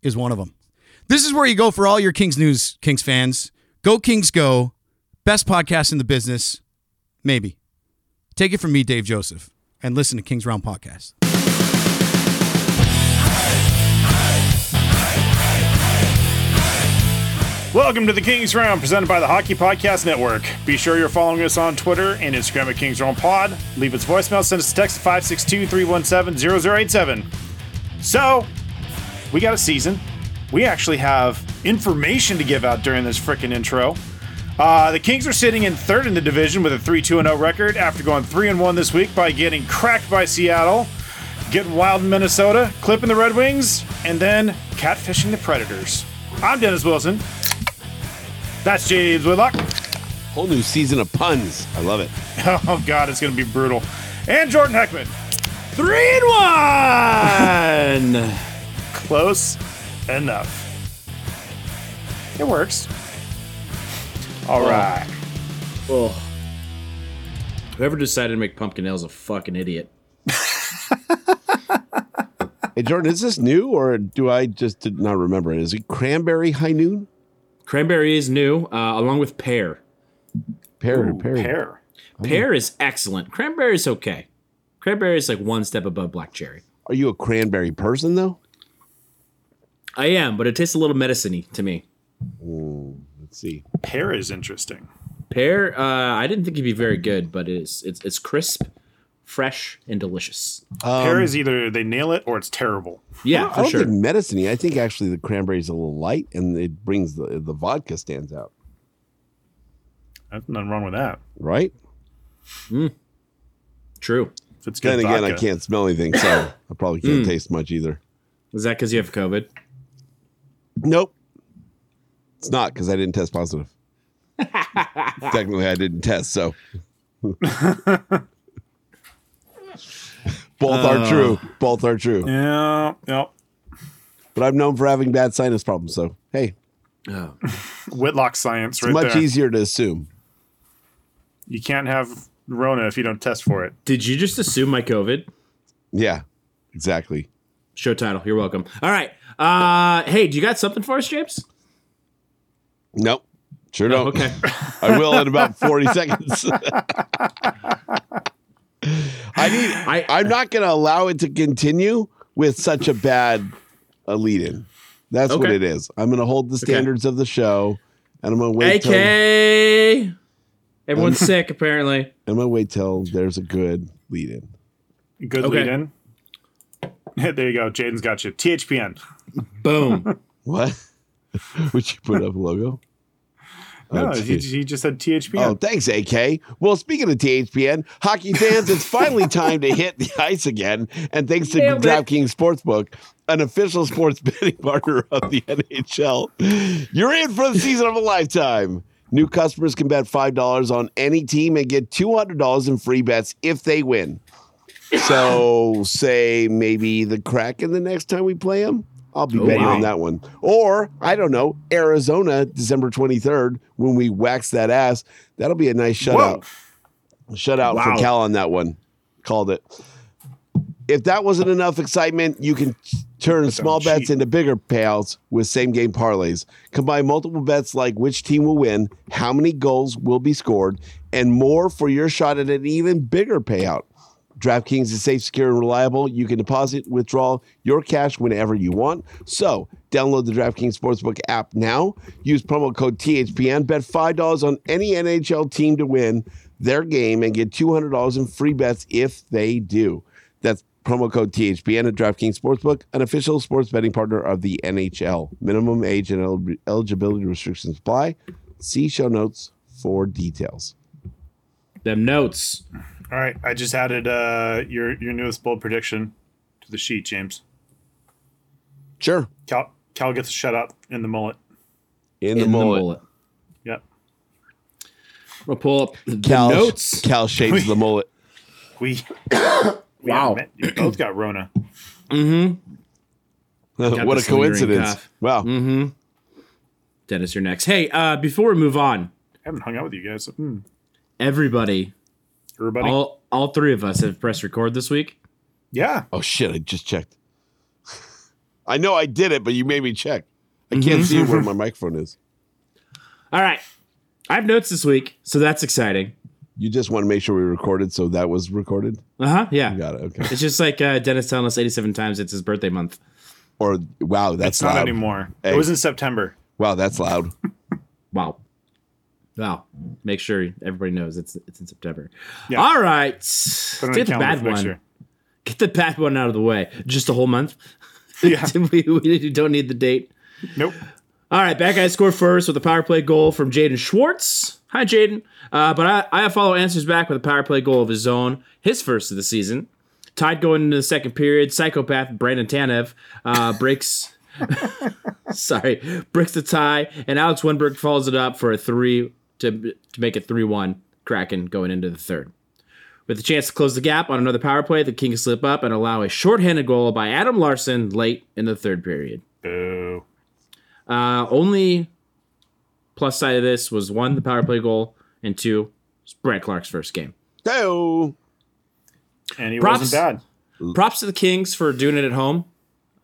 is one of them. This is where you go for all your Kings news, Kings fans. Go Kings Go, best podcast in the business, maybe. Take it from me, Dave Joseph, and listen to Kings Realm Podcast. Welcome to the Kings Round, presented by the Hockey Podcast Network. Be sure you're following us on Twitter and Instagram at Kings Round Pod. Leave us a voicemail, send us a text at 562 317 0087. So, we got a season. We actually have information to give out during this frickin' intro. Uh, the Kings are sitting in third in the division with a 3 2 0 record after going 3 1 this week by getting cracked by Seattle, getting wild in Minnesota, clipping the Red Wings, and then catfishing the Predators. I'm Dennis Wilson. That's James Whitlock. Whole new season of puns. I love it. Oh God, it's gonna be brutal. And Jordan Heckman. Three and one. Close enough. It works. All Oh. right. Ugh. Whoever decided to make pumpkin ale is a fucking idiot. Hey, Jordan, is this new or do I just did not remember it? Is it cranberry high noon? Cranberry is new, uh, along with pear. Pear, Ooh, pear. Pear. Pear is excellent. Cranberry is okay. Cranberry is like one step above black cherry. Are you a cranberry person though? I am, but it tastes a little medicine-y to me. Let's see. Pear is interesting. Pear, uh, I didn't think it'd be very good, but it's it's it's crisp, fresh, and delicious. Um, pear is either they nail it or it's terrible. Yeah, I for don't sure. think medicine I think actually the cranberry's a little light and it brings the, the vodka stands out, There's nothing wrong with that. right? True. If it's good Then again, I vodka. can't smell anything, so I probably can't taste much either. Hmm. Is that because you have COVID? Nope. It's not because I didn't test positive. Technically, I didn't test, so. Both Uh. are true. Both are true. Yeah. Yeah. But I'm known for having bad sinus problems, so hey, Oh. Whitlock science it's right much there. easier to assume. You can't have Rona if you don't test for it. Did you just assume my COVID? Yeah, exactly. Show title. You're welcome. All right. Uh, hey, do you got something for us, James? Nope. Sure don't. Okay. I will in about 40 seconds. I need I- I, I'm not gonna allow it to continue with such a bad a lead in. That's what Okay. it is. I'm gonna hold the standards of the show and I'm gonna wait till I'm AK. Everyone's sick, apparently. gonna wait till there's a good lead in. Good Okay. lead in. there you go. Jaden's got you. THPN. Boom. What? Would you put up a logo? No, Oh, he, geez. he just said THPN. Oh, thanks, AK. Well, speaking of THPN, hockey fans, it's finally time to hit the ice again. And thanks to Nailed it. DraftKings Sportsbook, an official sports betting partner of the NHL, you're in for the season of a lifetime. New customers can bet $5 on any team and get $200 in free bets if they win. So, say maybe the Kraken the next time we play them. I'll be Oh, betting wow. on that one. Or, I don't know, Arizona, December 23rd, when we wax that ass. That'll be a nice Whoa. shutout. Shutout Wow. for Cal on that one. Called it. If that wasn't enough excitement, you can t- turn small cheap. bets into bigger payouts with same game parlays. Combine multiple bets like which team will win, how many goals will be scored, and more for your shot at an even bigger payout. DraftKings is safe, secure, and reliable. You can deposit, withdraw your cash whenever you want. So, download the DraftKings Sportsbook app now. Use promo code THPN. Bet $5 on any NHL team to win their game and get $200 in free bets if they do. That's promo code THPN at DraftKings Sportsbook, an official sports betting partner of the NHL. Minimum age and el- eligibility restrictions apply. See show notes for details. Them notes. All right, I just added uh, your your newest bold prediction to the sheet, James. Sure. Cal Cal gets a shutout in the mullet. In In, the, the mullet. mullet. Yep. We'll pull up the Cal, notes. Cal shaves the mullet. We, we Wow. admit you both got Rona. what a the lingering coincidence. cough. Mm-hmm. Wow. Dennis, you're next. Hey, uh, before we move on, I haven't hung out with you guys. Hmm. everybody, Everybody. all all three of us have pressed record this week. yeah. Oh, shit. I just checked. I know I did it, but you made me check. I Mm-hmm. can't see where my microphone is. All right. I have notes this week, so that's exciting. You just want to make sure we recorded, so that was recorded. Uh huh. Yeah. Got it. Okay. It's just like uh, Dennis telling us 87 times it's his birthday month. Or wow, that's It's loud. not anymore. Hey. It was in September. Wow, that's loud. Wow. Wow. Make sure everybody knows it's it's in September. Yeah. All right. Put it on Get the the calendar bad for next one. year. Get the bad one out of the way. Just a whole month. Yeah. we, we don't need the date. Nope. All right, back guys score first with a power play goal from Jaden Schwartz. Hi, Jaden. Uh, but I, I follow answers back with a power play goal of his own, his first of the season. Tied going into the second period, psychopath Brandon Tanev uh, breaks. sorry, breaks the tie, and Alex Winberg follows it up for a three to to make it three one. Kraken going into the third. With a chance to close the gap on another power play, the Kings slip up and allow a shorthanded goal by Adam Larson late in the third period. Boo. Uh, only plus side of this was one, the power play goal, and two, it's Brett Clark's first game. Hey-o. And he Props. wasn't bad. Props to the Kings for doing it at home.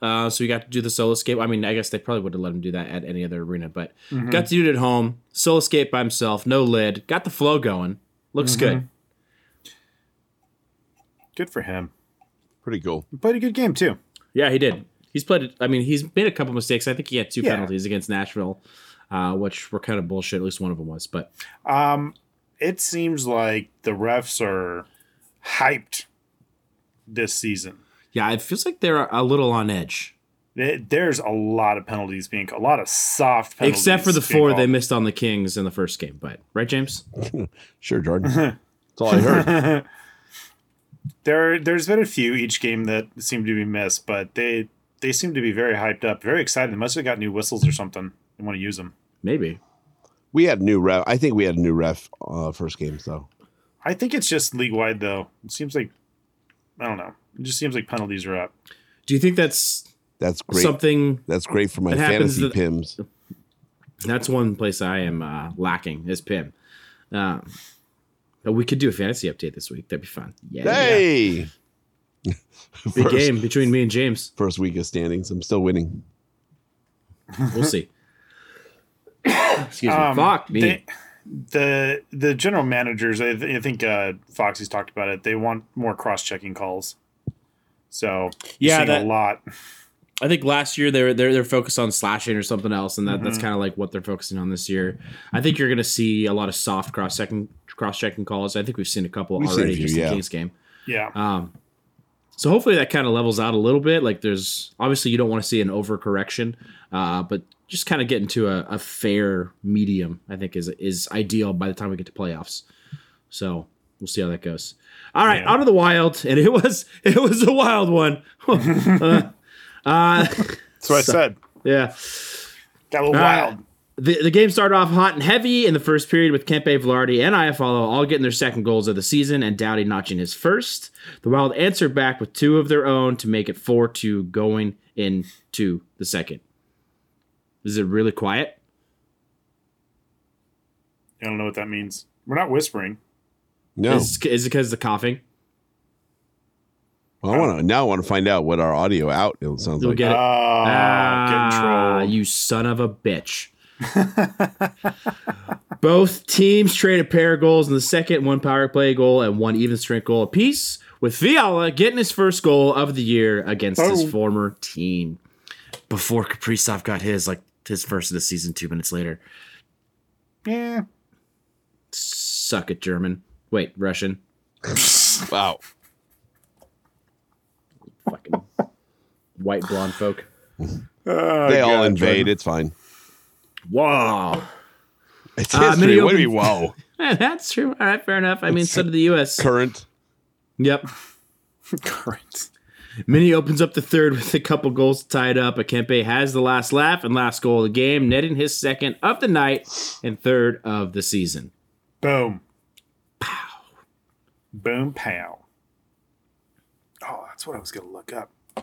Uh, so we got to do the solo skate. I mean, I guess they probably would have let him do that at any other arena, but got to do it at home. Solo skate by himself, no lid. Got the flow going. Looks good. Good for him. Pretty cool. He played a good game too. Yeah, he did. He's played. it- I mean, he's made a couple mistakes. I think he had two Yeah. penalties against Nashville, uh, which were kind of bullshit. At least one of them was. But Um, it seems like the refs are hyped this season. yeah, it feels like they're a little on edge. There- There's a lot of penalties being, a lot of soft penalties. Except for the being four they called. missed on the Kings in the first game, but right, James? Sure, Jordan. That's all I heard. There, there's been a few each game that seem to be missed, but they they seem to be very hyped up, very excited. They must have got new whistles or something. They want to use them. Maybe. We had a new ref. I think we had a new ref uh, first game, so I think it's just league wide though. It seems like I don't know. It just seems like penalties are up. Do you think that's that's great. something? that's great for my It happens fantasy that- pims. That's one place I am uh, lacking is Pim. Uh, but we could do a fantasy update this week. That'd be fun. Yeah, Hey, big First- game between me and James. first week of standings. I'm still winning. We'll see. Excuse me. Um, Fuck me. they- the the general managers, I, th- I think uh, Foxy's talked about it. They want more cross checking calls. So you're Yeah, seeing that- a lot. I think last year they're they're they're focused on slashing or something else, and that, that's kind of like what they're focusing on this year. I think you're going to see a lot of soft cross checking cross checking calls. I think we've seen a couple We've seen a already few, just in yeah. the Kings game. Yeah, Um, so hopefully that kind of levels out a little bit. Like there's obviously you don't want to see an overcorrection, uh, but just kind of getting to a, a fair medium, I think is is ideal by the time we get to playoffs. So we'll see how that goes. All right, Yeah. out of the wild, and it was it was a wild one. Uh, uh, that's what I said. yeah. Got a little Uh, wild. The, the game started off hot and heavy in the first period with Kempe Velarde and Iafallo all getting their second goals of the season and Dowdy notching his first. The Wild answered back with two of their own to make it 4 2 going into the second. Is it really quiet? I don't know what that means. We're not whispering. No, Is, is it because of the coughing? I want to now. I want to find out what our audio out. It sounds You'll Uh, like. get it. Oh, Ah, getting trolled. You son of a bitch. Both teams traded pair goals in the second, one power play goal and one even strength goal apiece, with Fiala getting his first goal of the year against his former team. Before Kaprizov got his, like his first of the season, two minutes later. Yeah. Suck it, German. Wait, Russian. Wow. Fucking white blonde folk. they all God, invade. Jordan. It's fine. Wow. It's Uh, history. many What do you open- mean, wow? Eh, that's true. All right, fair enough. I mean, so did the U.S. Current. Yep. Current. Mini opens up the third with a couple goals tied up. Akempe has the last laugh and last goal of the game, netting his second of the night and third of the season. Boom. Pow. Boom, pow. Oh, that's what I was going to look up. I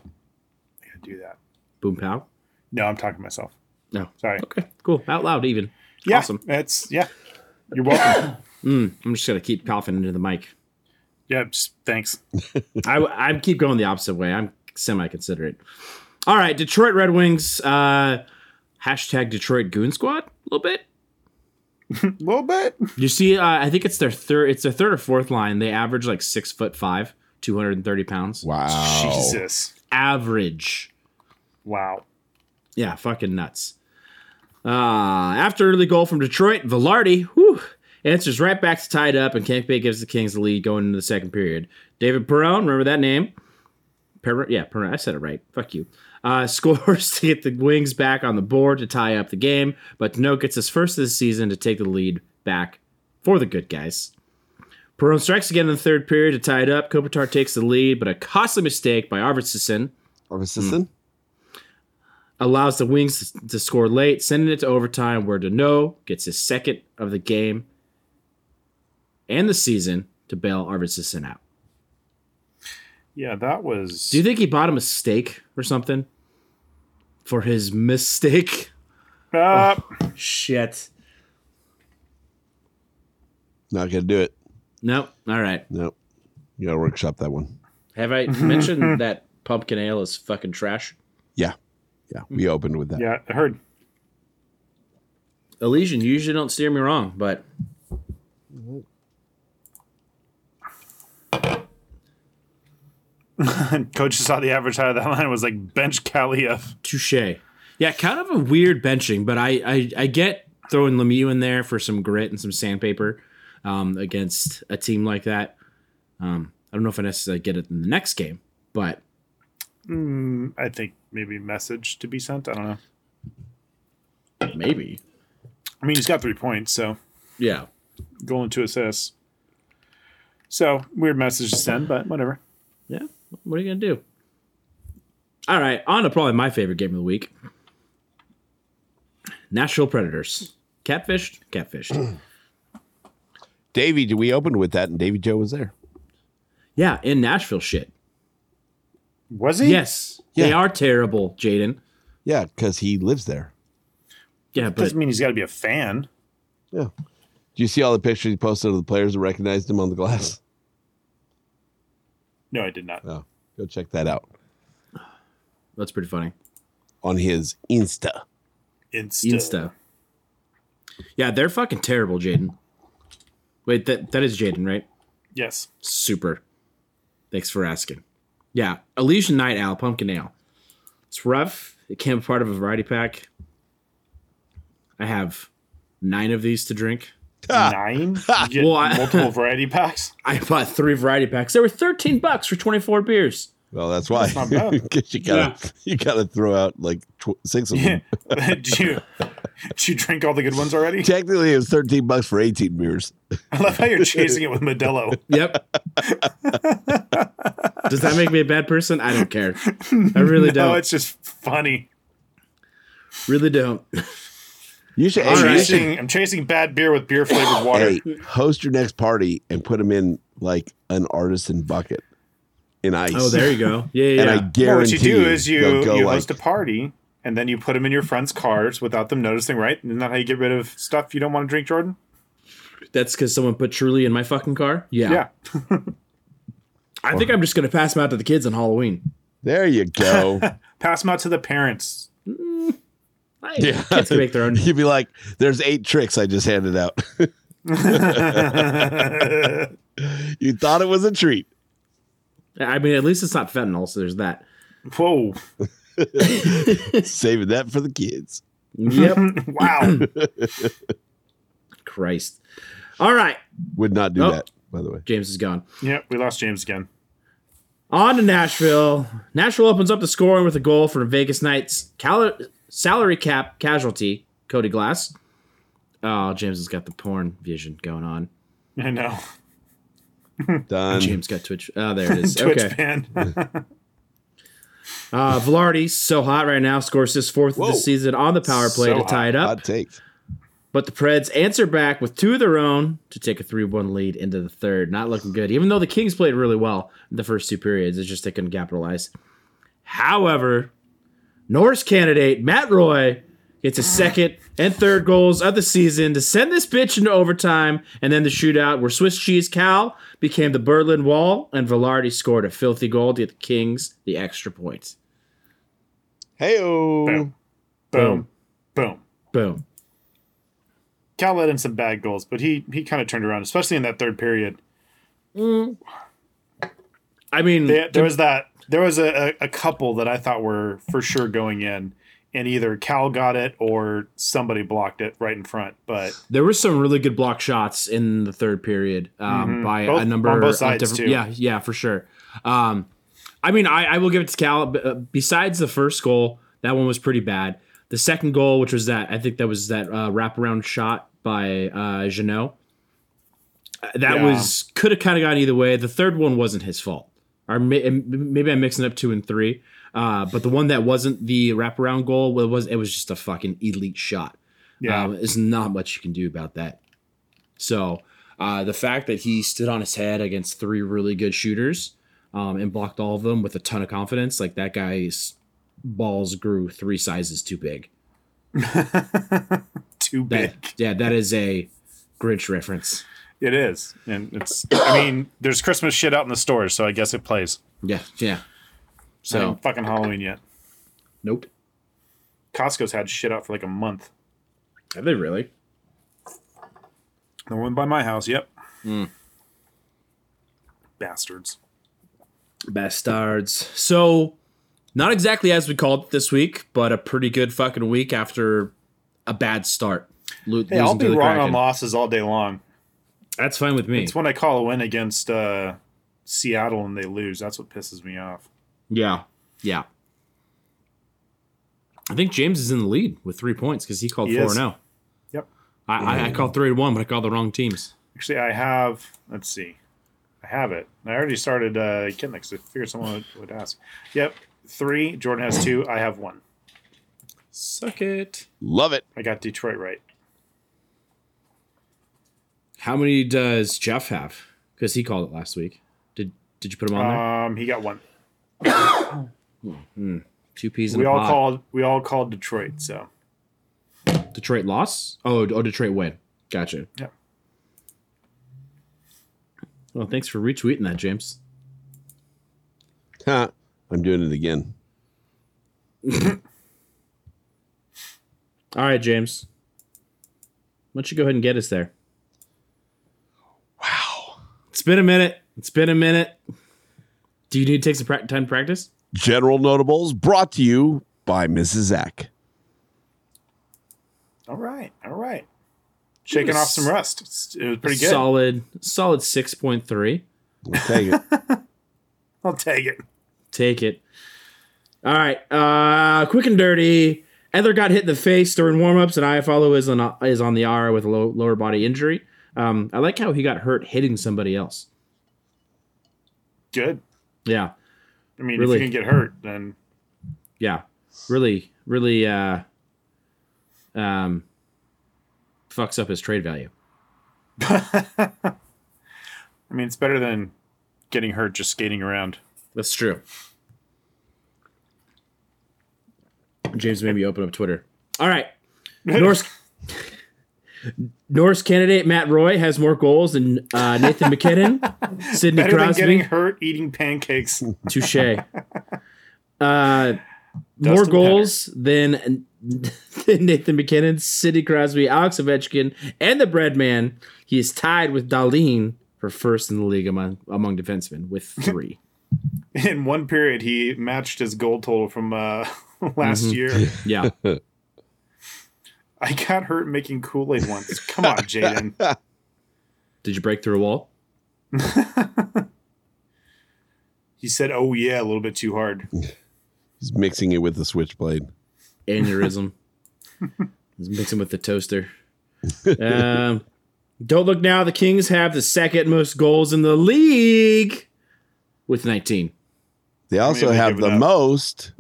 got to do that. Boom pow. No, I'm talking to myself. No. Sorry. Okay, cool. Out loud, even. Yeah, Awesome. It's, yeah. You're welcome. I'm just going to keep coughing into the mic. yeah, just thanks. I, I keep going the opposite way. I'm semi considerate. All right, Detroit Red Wings. Uh, hashtag Detroit Goon Squad. A little bit. A little bit. You see, uh, I think it's their third. It's their third or fourth line. They average like six foot five, two hundred and thirty pounds. Wow. Oh. Jesus. Average. Wow. Yeah, fucking nuts. Uh, after early goal from Detroit, Velarde whew, answers right back to tie it up, and Kempe gives the Kings the lead going into the second period. David Perron, remember that name? Per- yeah, Perron. I said it right. Fuck you. Uh, scores to get the Wings back on the board to tie up the game, but Dano gets his first of the season to take the lead back for the good guys. Perron strikes again in the third period to tie it up. Kopitar takes the lead, but a costly mistake by Arvidsson Armistice. allows the Wings to score late, sending it to overtime where Dano gets his second of the game and the season to bail Arvidsson out. Yeah, that was. Do you think he bought him a steak or something for his mistake? Uh, oh. Shit. Not gonna do it. No. All right. Nope. You gotta workshop that one. Have I mentioned that pumpkin ale is fucking trash? Yeah. Yeah. Hmm. We opened with that. yeah, I heard. Elysian, you usually don't steer me wrong, but Coach saw the average height of that line and was like bench Kaliev. touche. Yeah, kind of a weird benching, but I, I, I get throwing Lemieux in there for some grit and some sandpaper um, against a team like that. Um, I don't know if I necessarily get it in the next game, but I think maybe message to be sent. I don't know. maybe. I mean, he's got three points, so Yeah. goal and two assists. So weird message to send, but whatever. Yeah. What are you going to do? All right. On to probably my favorite game of the week Nashville Predators. Catfished, catfished. Davey, we opened with that, and Davy Joe was there. yeah, in Nashville shit. Was he? Yes, they Yeah. are terrible, Jaden. Yeah, because he lives there. Yeah, but Doesn't mean he's got to be a fan. Yeah. Do you see all the pictures he posted of the players that recognized him on the glass? No, I did not. No. Go check that out that's pretty funny. on his Insta. Insta. Insta. Yeah, they're fucking terrible, Jaden. Wait, that that is Jaden, right? Yes. Super. Thanks for asking. Yeah, Elysian Night Owl, Pumpkin Ale. It's rough. It came part of a variety pack. I have nine of these to drink. Nine. You get Well, I- multiple variety packs. I bought three variety packs. They were thirteen bucks for twenty four beers. Well, that's why. not bad. 'Cause you gotta you gotta throw out like tw- six of them. did you? Did you drink all the good ones already? Technically, it was thirteen bucks for eighteen beers. I love how you're chasing it with Modelo. Yep. Does that make me a bad person? I don't care. I really No, don't. it's just funny. really don't. You should, I'm hey, you should- chasing, I'm chasing bad beer with beer flavored water. hey, host your next party and put them in like an artisan bucket in ice. Oh, there you go. Yeah, yeah. and yeah. I guarantee Well, what you do is you, they'll go you like host a party and then you put them in your friends' cars without them noticing, right? Isn't that how you get rid of stuff you don't want to drink, Jordan? That's because someone put Truly in my fucking car. Yeah. Yeah. I think I'm just gonna pass them out to the kids on Halloween. there you go. Pass them out to the parents. Like, Kids can make their own. You'd be like, there's eight tricks I just handed out. you thought it was a treat. I mean, at least it's not fentanyl, so there's that. Whoa. Saving that for the kids. Yep. Wow. Christ. All right. Would not do Nope. that, by the way. James is gone. yep, we lost James again. On to Nashville. Nashville opens up the scoring with a goal from Vegas Knights cal- salary cap casualty, Cody Glass. Oh, James has got the porn vision going on. I know. Done. James got Twitch. Oh, there it is. Twitch okay. ban. Uh, Velarde, so hot right now, scores his fourth Whoa. of the season on the power play So to tie it up. Hot takes. But the Preds answer back with two of their own to take a 3 1 lead into the third. Not looking good, even though the Kings played really well in the first two periods. It's just they couldn't capitalize. However, Norse candidate Matt Roy gets his second and third goals of the season to send this bitch into overtime and then the shootout where Swiss Cheese Cal became the Berlin Wall and Velarde scored a filthy goal to get the Kings the extra point. Hey, Boom. Boom. Boom. Boom. Cal let in some bad goals, but he he kind of turned around, especially in that third period. I mean, There, there was that there was a, a, a couple that I thought were for sure going in, and either Cal got it or somebody blocked it right in front. But There were some really good block shots in the third period um, by Mm-hmm. Both- a number on both of sides, different- too. Yeah, yeah, for sure. Um, I mean, I, I will give it to Cal. b- uh, Besides the first goal, that one was pretty bad. The second goal, which was that, I think that was that uh, wraparound shot by uh, Janot. Uh, That Yeah. was could have kind of gone either way. The third one wasn't his fault, or may, m- maybe I'm mixing up two and three. Uh, but the one that wasn't the wraparound goal well, it was it was just a fucking elite shot. yeah, Um, there's not much you can do about that. So uh, the fact that he stood on his head against three really good shooters um, and blocked all of them with a ton of confidence, like that guy's balls grew three sizes too big. too big. That, yeah, that is a Grinch reference. It is, and it's. I mean, there's Christmas shit out in the stores, so I guess it plays. Yeah, yeah. So So fucking Halloween yet. nope. Costco's had shit out for like a month. Have they really? The one by my house. Yep. Mm. Bastards. Bastards. So, not exactly as we called it this week, but a pretty good fucking week after a bad start. Lo- Hey, I'll losing to be the wrong Kraken. on losses all day long. That's fine with me. It's when I call a win against uh, Seattle and they lose. That's what pisses me off. Yeah. Yeah. I think James is in the lead with three points because he called He four is. and oh. Yep. I, I, I called three and one, but I called the wrong teams. Actually, I have. Let's see. I have it. I already started uh, Kitnik because I figured someone would, would ask. Yep. Three. Jordan has two. I have one. Suck it. Love it. I got Detroit right. How many does Jeff have? Because he called it last week. Did Did you put him on there? Um, he got one. Two peas in We a all pod. called. We all called Detroit. So Detroit loss. Oh, oh, Detroit win. Gotcha. Yep. Well, thanks for retweeting that, James. Huh. I'm doing it again. All right, James. Why don't you go ahead and get us there? Wow. It's been a minute. It's been a minute. Do you need to take some pra- time to practice? General Notables brought to you by Mrs. Zach. all right, all right. Shaking off some rust. It's- It was pretty good. Solid, solid 6.3. We'll take it. I'll take it. Take it. All right. Uh, quick and dirty. Ether got hit in the face during warmups, and Iafalo is on is on the IR with a low, lower body injury. Um, I like how he got hurt hitting somebody else. Good. Yeah, I mean, Really? if you can get hurt, then yeah. Really, really. Uh, um, fucks up his trade value. I mean, it's better than getting hurt just skating around. That's true. James made me open up Twitter. All right. Norse Norse candidate Matt Roy has more goals than uh, Nathan McKinnon, Sidney Better than getting Crosby. hurt eating pancakes. Touche. Uh, more Dustin goals than, than Nathan McKinnon, Sidney Crosby, Alex Ovechkin, and the bread man. He is tied with Darlene for first in the league among among defensemen with three. In one period, he matched his goal total from uh, last Mm-hmm. year. yeah. I got hurt making Kool Aid once. Come on, Jaden. Did you break through a wall? He said, "Oh yeah," a little bit too hard. He's mixing it with the switchblade. aneurysm. Let's mix them with the toaster. Um, don't look now. The Kings have the second most goals in the league with 19. They also they have give it the up. most.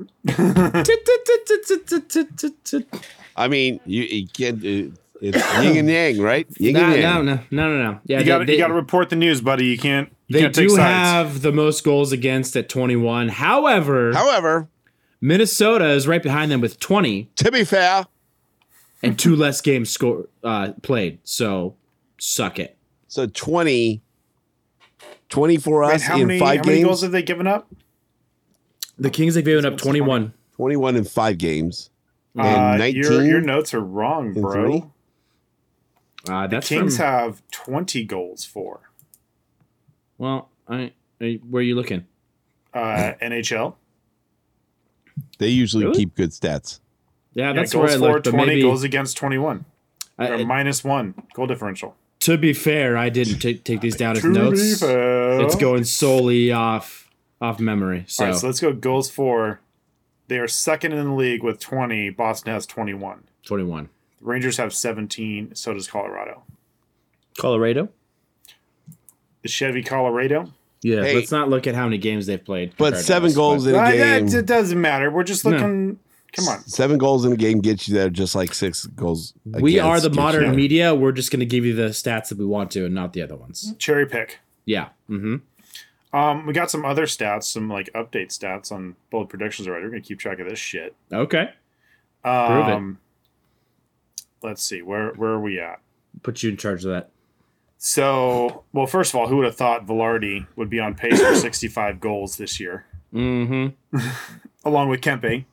I mean, you, you can't. It, it's yin and yang, right? Yin No, and no, yang. no, no, no, no. Yeah, You they- got they, you got to report the news, buddy. You can't. You they can't take do sides. have the most goals against at 21. However, However, Minnesota is right behind them with 20 to be fair, and two less games score uh, played. So suck it. so 20, 20 for Wait, us how in many, five how many goals games, have they given up? The Kings have given up 21. 21 in five games, and Uh, 19. your your notes are wrong, in bro. three? Uh, that's Kings from- have twenty goals for Well, I, I where are you looking? uh, NHL. they usually Really? keep good stats. Yeah, Yeah, that's where goals I for looked. But twenty, maybe goals against twenty-one, I- or minus one goal differential. to be fair, I didn't take take these down as To be notes. fair. It's going solely off off memory. So, All right, so let's go goals for. They are second in the league with twenty. Boston has twenty-one. twenty one. The Rangers have seventeen. So does Colorado. Colorado. The Chevy Colorado. Yeah, Hey. let's not look at how many games they've played. But compared to seven us, goals in Uh, a that, game, it doesn't matter. We're just No. looking. Come on. seven goals in a game gets you there, just like six goals. but We are against the gets you modern there. media. We're just going to give you the stats that we want to, and not the other ones. Cherry pick. Yeah. Mm-hmm. Um, we got some other stats, some like update stats on bold predictions already. We're gonna keep track of this shit. Okay. it. Um, let's see where where are we at. Put you in charge of that. So, well, first of all, who would have thought Velarde would be on pace for 65 goals this year, Mm-hmm. along with Kempe?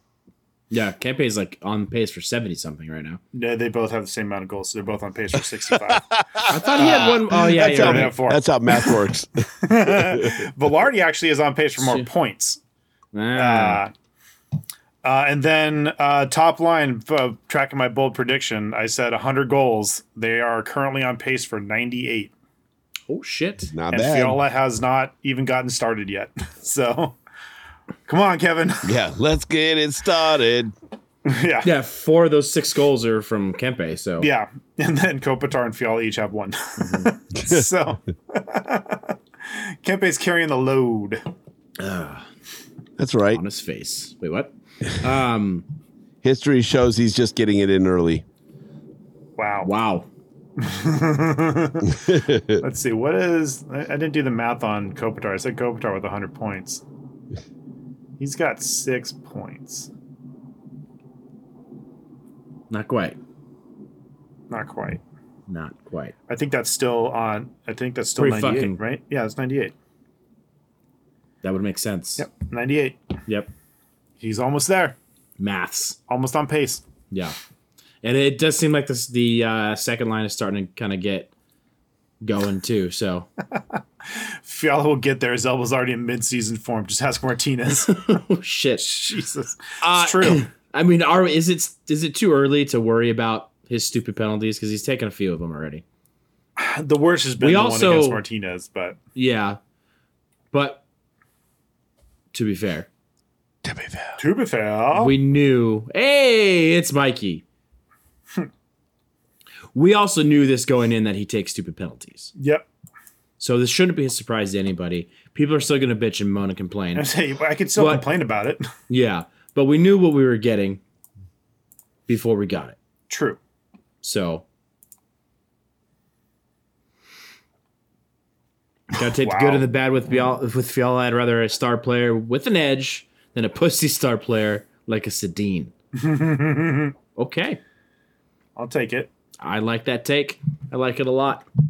Yeah, Kempe's like on pace for seventy something right now. No, they both have the same amount of goals, so they're both on pace for 65. I thought he had one Ah, oh yeah, That's you're how, right. right. that's how math works. Velarde actually is on pace for more Shit. points. Ah. Uh, uh, and then uh, top line, uh, tracking my bold prediction, I said 100 goals. They are currently on pace for 98. oh shit. Not and bad. Fiola has not even gotten started yet. So, come on, Kevin. yeah, let's get it started. yeah. Yeah, four of those six goals are from Kempe. So Yeah, and then Kopitar and Fiala each have one. so Kempe's carrying the load. That's right. on his face. Wait, what? Um, History shows he's just getting it in early. Wow. wow. Let's see. What is? I, I didn't do the math on Kopitar. I said Kopitar with 100 points. He's got six points. Not quite. Not quite. Not quite. I think that's still on. I think that's still Pretty 98, fucking- right? Yeah, it's 98. That would make sense. Yep, 98. Yep. He's almost there. Maths. Almost on pace. Yeah. And it does seem like this the uh, second line is starting to kind of get going too. So Fiala will get there. His elbow's already in mid-season form. Just ask Martinez. oh shit. Jesus, Uh, it's true. I mean, are is it is it too early to worry about his stupid penalties because he's taken a few of them already? The worst has been We the also- one against Martinez, but Yeah. But to be fair, to be fair, We knew. Hey, it's Mikey. Hmm. we also knew this going in that he takes stupid penalties. yep. So this shouldn't be a surprise to anybody. People are still going to bitch and moan and complain. I say I could still But- complain about it. Yeah, but we knew what we were getting before we got it. True. So gotta take the Wow. good and the bad with Fiala, with Fiala. I'd rather a star player with an edge than a pussy star player like a Sedin. okay. I'll take it. I like that take. I like it a lot. Mm.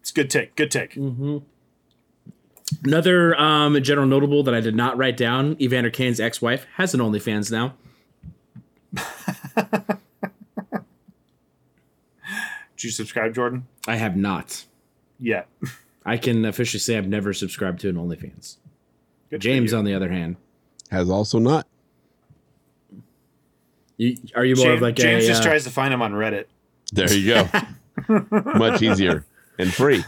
It's a good take. Good take. Another um, general notable that I did not write down: Evander Kane's ex-wife has an OnlyFans now. Did you subscribe, Jordan? I have not. Yeah. I can officially say I've never subscribed to an OnlyFans. James, on the other hand, Has also not. you, are you more James, of like James a just uh, tries to find him on Reddit. There you go. Much easier and free.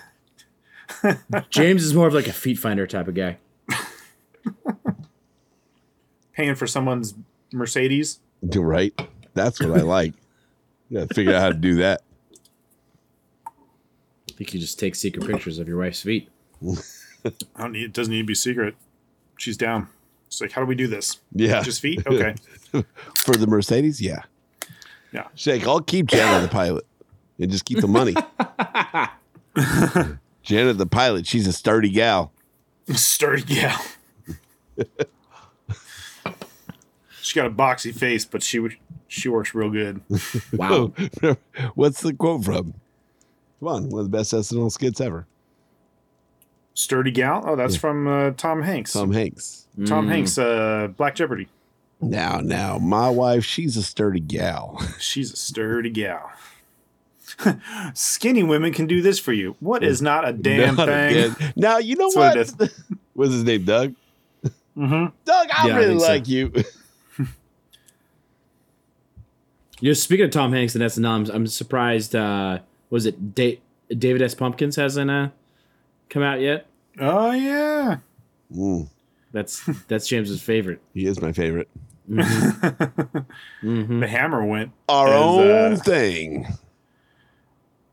James is more of like a feet finder type of guy. Paying for someone's Mercedes. Do right. That's what I like. Yeah, figure out how to do that. I think you just take secret pictures of your wife's feet. I don't need, it doesn't need to be secret. She's down. It's like, how do we do this? Yeah. Just feet? Okay. For the Mercedes, yeah. Yeah. Shake, I'll keep Janet the pilot and just keep the money. Janet the pilot, she's a sturdy gal. Sturdy gal. she got a boxy face, but she w- she works real good. Wow. What's the quote from? Come on, one of the best SNL skits ever. Sturdy gal. Oh, that's from uh, Tom Hanks. Tom Hanks. Mm. Tom Hanks, uh, Black Jeopardy. Now, now, my wife, she's a sturdy gal. She's a sturdy gal. Skinny women can do this for you. What is not a damn Not thing? again. Now you know That's what what? What's his name? Doug. Mm-hmm. Doug, I Yeah, I really think so. like you. You're speaking of Tom Hanks and SNL. I'm, I'm surprised. Uh, was it da- David S. Pumpkins hasn't uh, come out yet? Oh yeah. That's that's James's favorite. he is my favorite. The Hammer went. Our Is, own uh, thing.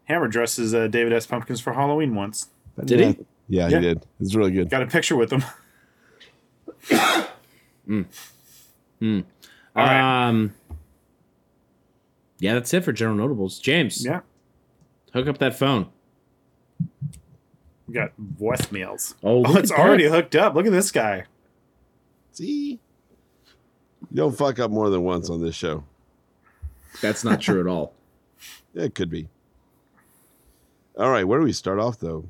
Hammer dresses uh, David S. Pumpkins for Halloween once. Did he? Yeah. Yeah, he did. It's really good. Got a picture with him. All right. Um, yeah, that's it for general notables. James, yeah. hook up that phone. We got voicemails. Oh, look oh it's at already that. hooked up. Look at this guy. See, you don't fuck up more than once on this show. That's not true at all. It could be. All right, where do we start off though?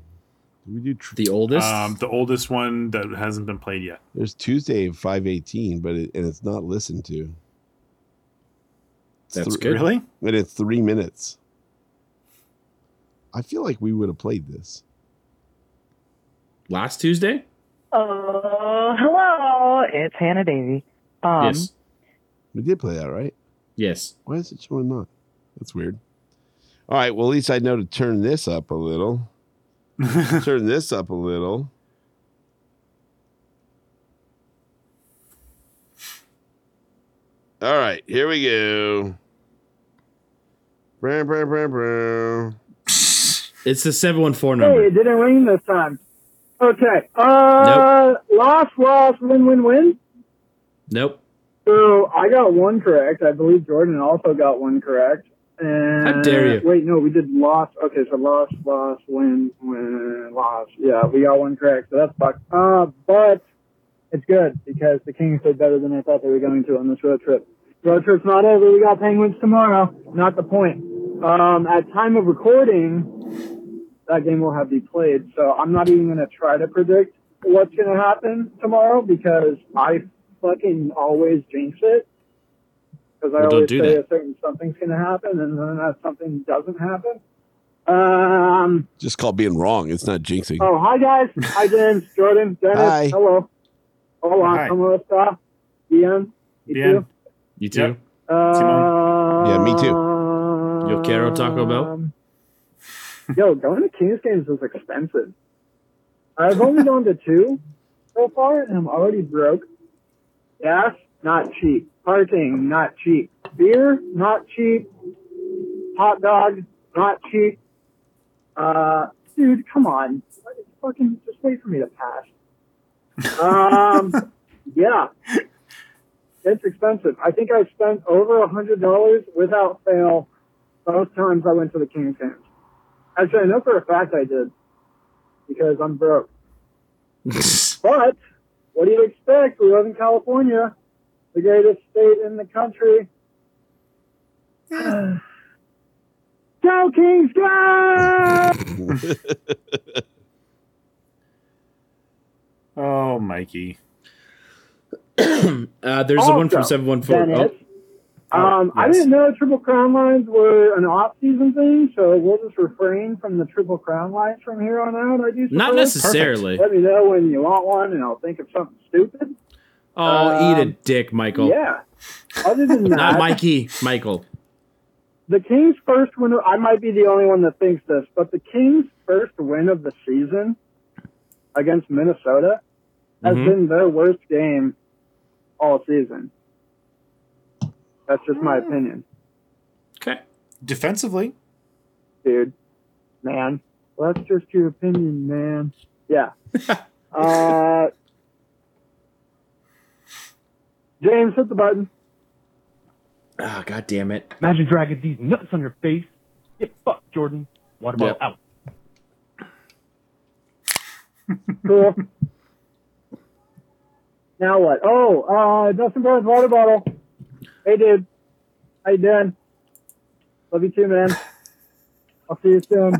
Do we do? Tr- The oldest. Um, the oldest one that hasn't been played yet. There's Tuesday at five eighteen, but it, and it's not listened to. It's That's thr- good. Really? and it's three minutes. I feel like we would have played this. Last Tuesday. Oh, hello. It's Hannah Davy. Um, yes. We did play that, right? Yes. Why is it showing not? That's weird. All right. Well, at least I know to turn this up a little. turn this up a little. All right. Here we go. Brum, brum, brum, brum. It's the seven one four number. It didn't ring this time. Okay. Uh, loss, loss, win, win, win. Nope. So I got one correct. I believe Jordan also got one correct. And How dare you. Wait, no, we did loss. Okay, so loss, loss, win, win, loss. Yeah, we got one correct. So that's fucked. Uh, but it's good because the Kings did better than I thought they were going to on this road trip. Road trip's not over. We got Penguins tomorrow. Not the point. Um, at time of recording, that game will have to be played. So I'm not even going to try to predict what's going to happen tomorrow because I fucking always jinx it. Because I Well, don't always do say that. a certain something's going to happen, and then that something doesn't happen. Um. Just call being wrong. It's not jinxing. Oh, hi guys. Hi James, Jordan, Dennis. Hi. Hello. Hi. Hola, ¿cómo está? Bien. ¿Y Bien. tú? You too. Yep. Uh, Yeah, me too. Yo quiero Taco Bell. um, yo, going to Kings games was expensive. I've only gone to two so far, and I'm already broke. Gas, not cheap. Parking, not cheap. Beer, not cheap. Hot dog, not cheap. Uh, dude, come on. Fucking just wait for me to pass. Um, yeah. It's expensive. I think I spent over a hundred dollars without fail both times I went to the Kings games. Actually, I know for a fact I did because I'm broke. But what do you expect? We live in California, the greatest state in the country. Go Kings go! Mikey. Uh, there's the one from Also, 714. Dennis, Oh, Um, I yes. didn't know Triple Crown lines were an off-season thing, so we'll just refrain from the Triple Crown lines from here on out. I do. Not suppose. necessarily. Let me know when you want one, and I'll think of something stupid. Oh, eat a dick, Michael. uh, Yeah. Other than that, Not Mikey, Michael. the Kings' first win. I might be the only one that thinks this, but the Kings' first win of the season against Minnesota has Mhm. been their worst game all season. That's just my opinion, Okay. Defensively, dude. Man, well, that's just your opinion, man. Yeah. uh, James, hit the button. Oh, God damn it. Imagine dragging these nuts on your face. Get fucked, Jordan. Water bottle Yeah. out. Cool. now what? Oh, uh, Dustin Burns water bottle. Hey, dude. How you doing? Love you too, man. I'll see you soon.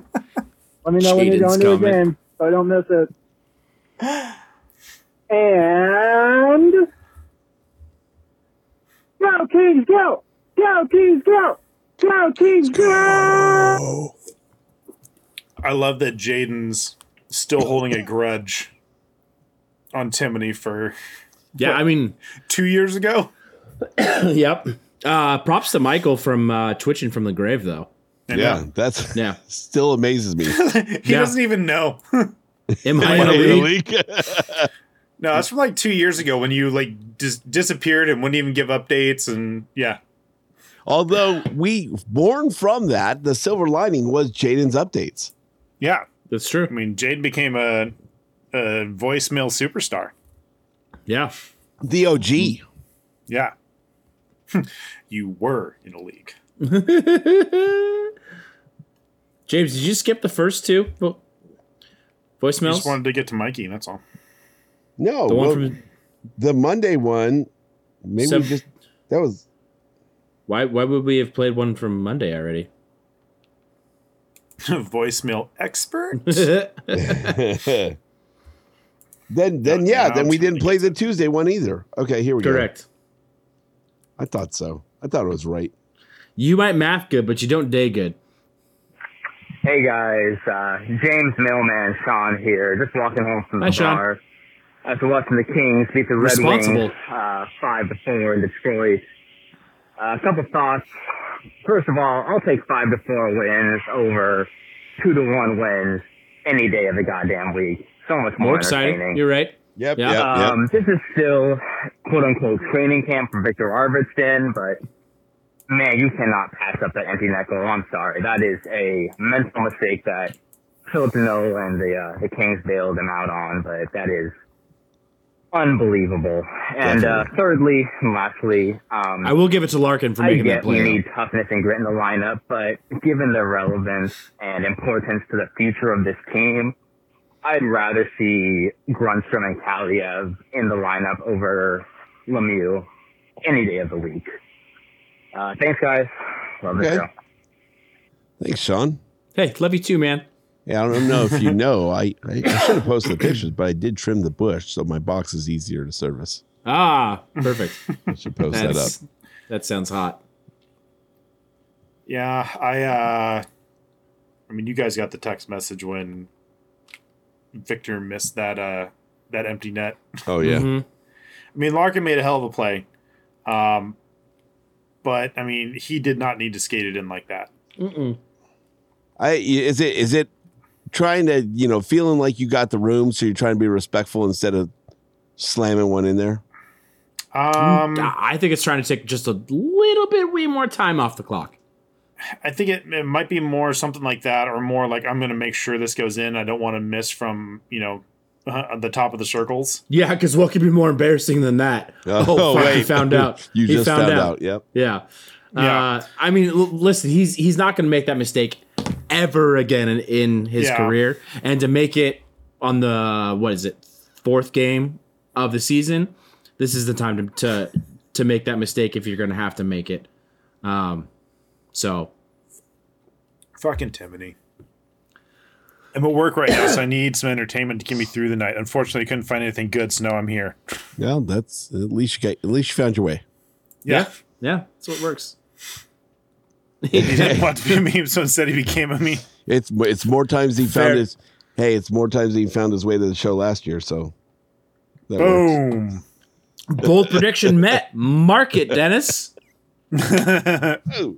Let me know when you're Jaden's going to a coming. game so I don't miss it. And go Kings, go! Go Kings, go! Go Kings, go! I love that Jaden's still holding a grudge on Timony for Yeah, I mean, two years ago. yep. Uh, props to Michael from uh, Twitching from the Grave, though. Yeah, that's Yeah. still amazes me. He Yeah. doesn't even know. Am I E. in Am a I in league? the league? No, that's from like two years ago when you like dis- disappeared and wouldn't even give updates and yeah. Although we born from that, the silver lining was Jaden's updates. Yeah. That's I true. mean, Jade became a, a voicemail superstar. Yeah. The OG. Yeah. you were in a league. James, did you skip the first two vo- I voicemails? just wanted to get to Mikey, that's all. No, the one well, from the Monday one. Maybe Seven- we just that was why? Why would we have played one from Monday already? Voicemail expert? then then yeah, now then I'm we trying didn't to play the Tuesday one either. Okay, here we go. Correct. I thought so. I thought it was right. You might math good, but you don't day good. Hey guys, uh, James Mailman Sean here. Just walking home from the Hi, Sean. bar after watching the Kings beat the Red Responsible. Wings uh, five to four in Detroit. Uh, a couple thoughts. First of all, I'll take five to four wins over two to one wins any day of the goddamn week. So much more, More exciting. entertaining. You're right. Yep. Yeah. Um, This is still quote unquote training camp for Victor Arvidsson, but man, you cannot pass up that empty net goal. I'm sorry. That is a mental mistake that Filipino and the uh, the Kings bailed him out on, but that is unbelievable. And uh, thirdly, and lastly, um, I will give it to Larkin for I making that get we play. need toughness and grit in the lineup, but given the relevance and importance to the future of this team, I'd rather see Grunstrom and Kaliev in the lineup over Lemieux any day of the week. Uh, thanks, guys. Love the Okay. show. Thanks, Sean. Hey, love you too, man. Yeah, I don't know if you know. I, I, I should have posted the pictures, but I did trim the bush, so my box is easier to service. Ah, perfect. I should post that up. That's, that sounds hot. Yeah, I uh I mean you guys got the text message when Victor missed that uh that empty net. Oh yeah. Mhm. I mean Larkin made a hell of a play. Um but I mean he did not need to skate it in like that. Mm-mm. I is it is it trying to you know feeling like you got the room, so you're trying to be respectful instead of slamming one in there. Um I I think it's trying to take just a little bit way more time off the clock. I think it, it might be more something like that, or more like I'm going to make sure this goes in. I don't want to miss from you know uh, the top of the circles. Yeah, because what could be more embarrassing than that? Oh, fuck, he found out. You he just found, out. Yep. Yeah. Yeah. Uh, I mean, l- listen, he's he's not going to make that mistake ever again in, in his Yeah. career, and to make it on the what is it fourth game of the season, this is the time to to, to make that mistake if you're going to have to make it. Um, so Fucking Timony. I'm at work right now, so I need some entertainment to get me through the night. Unfortunately, I couldn't find anything good, so now I'm here. Well, that's at least you got, at least you found your way. Yeah. Yeah, that's what works. he didn't want to be a meme, so instead he became a meme. It's it's more times he Fair. found his. Hey, it's more times he found his way to the show last year. So that Boom. Bold prediction met. Mark it, Dennis.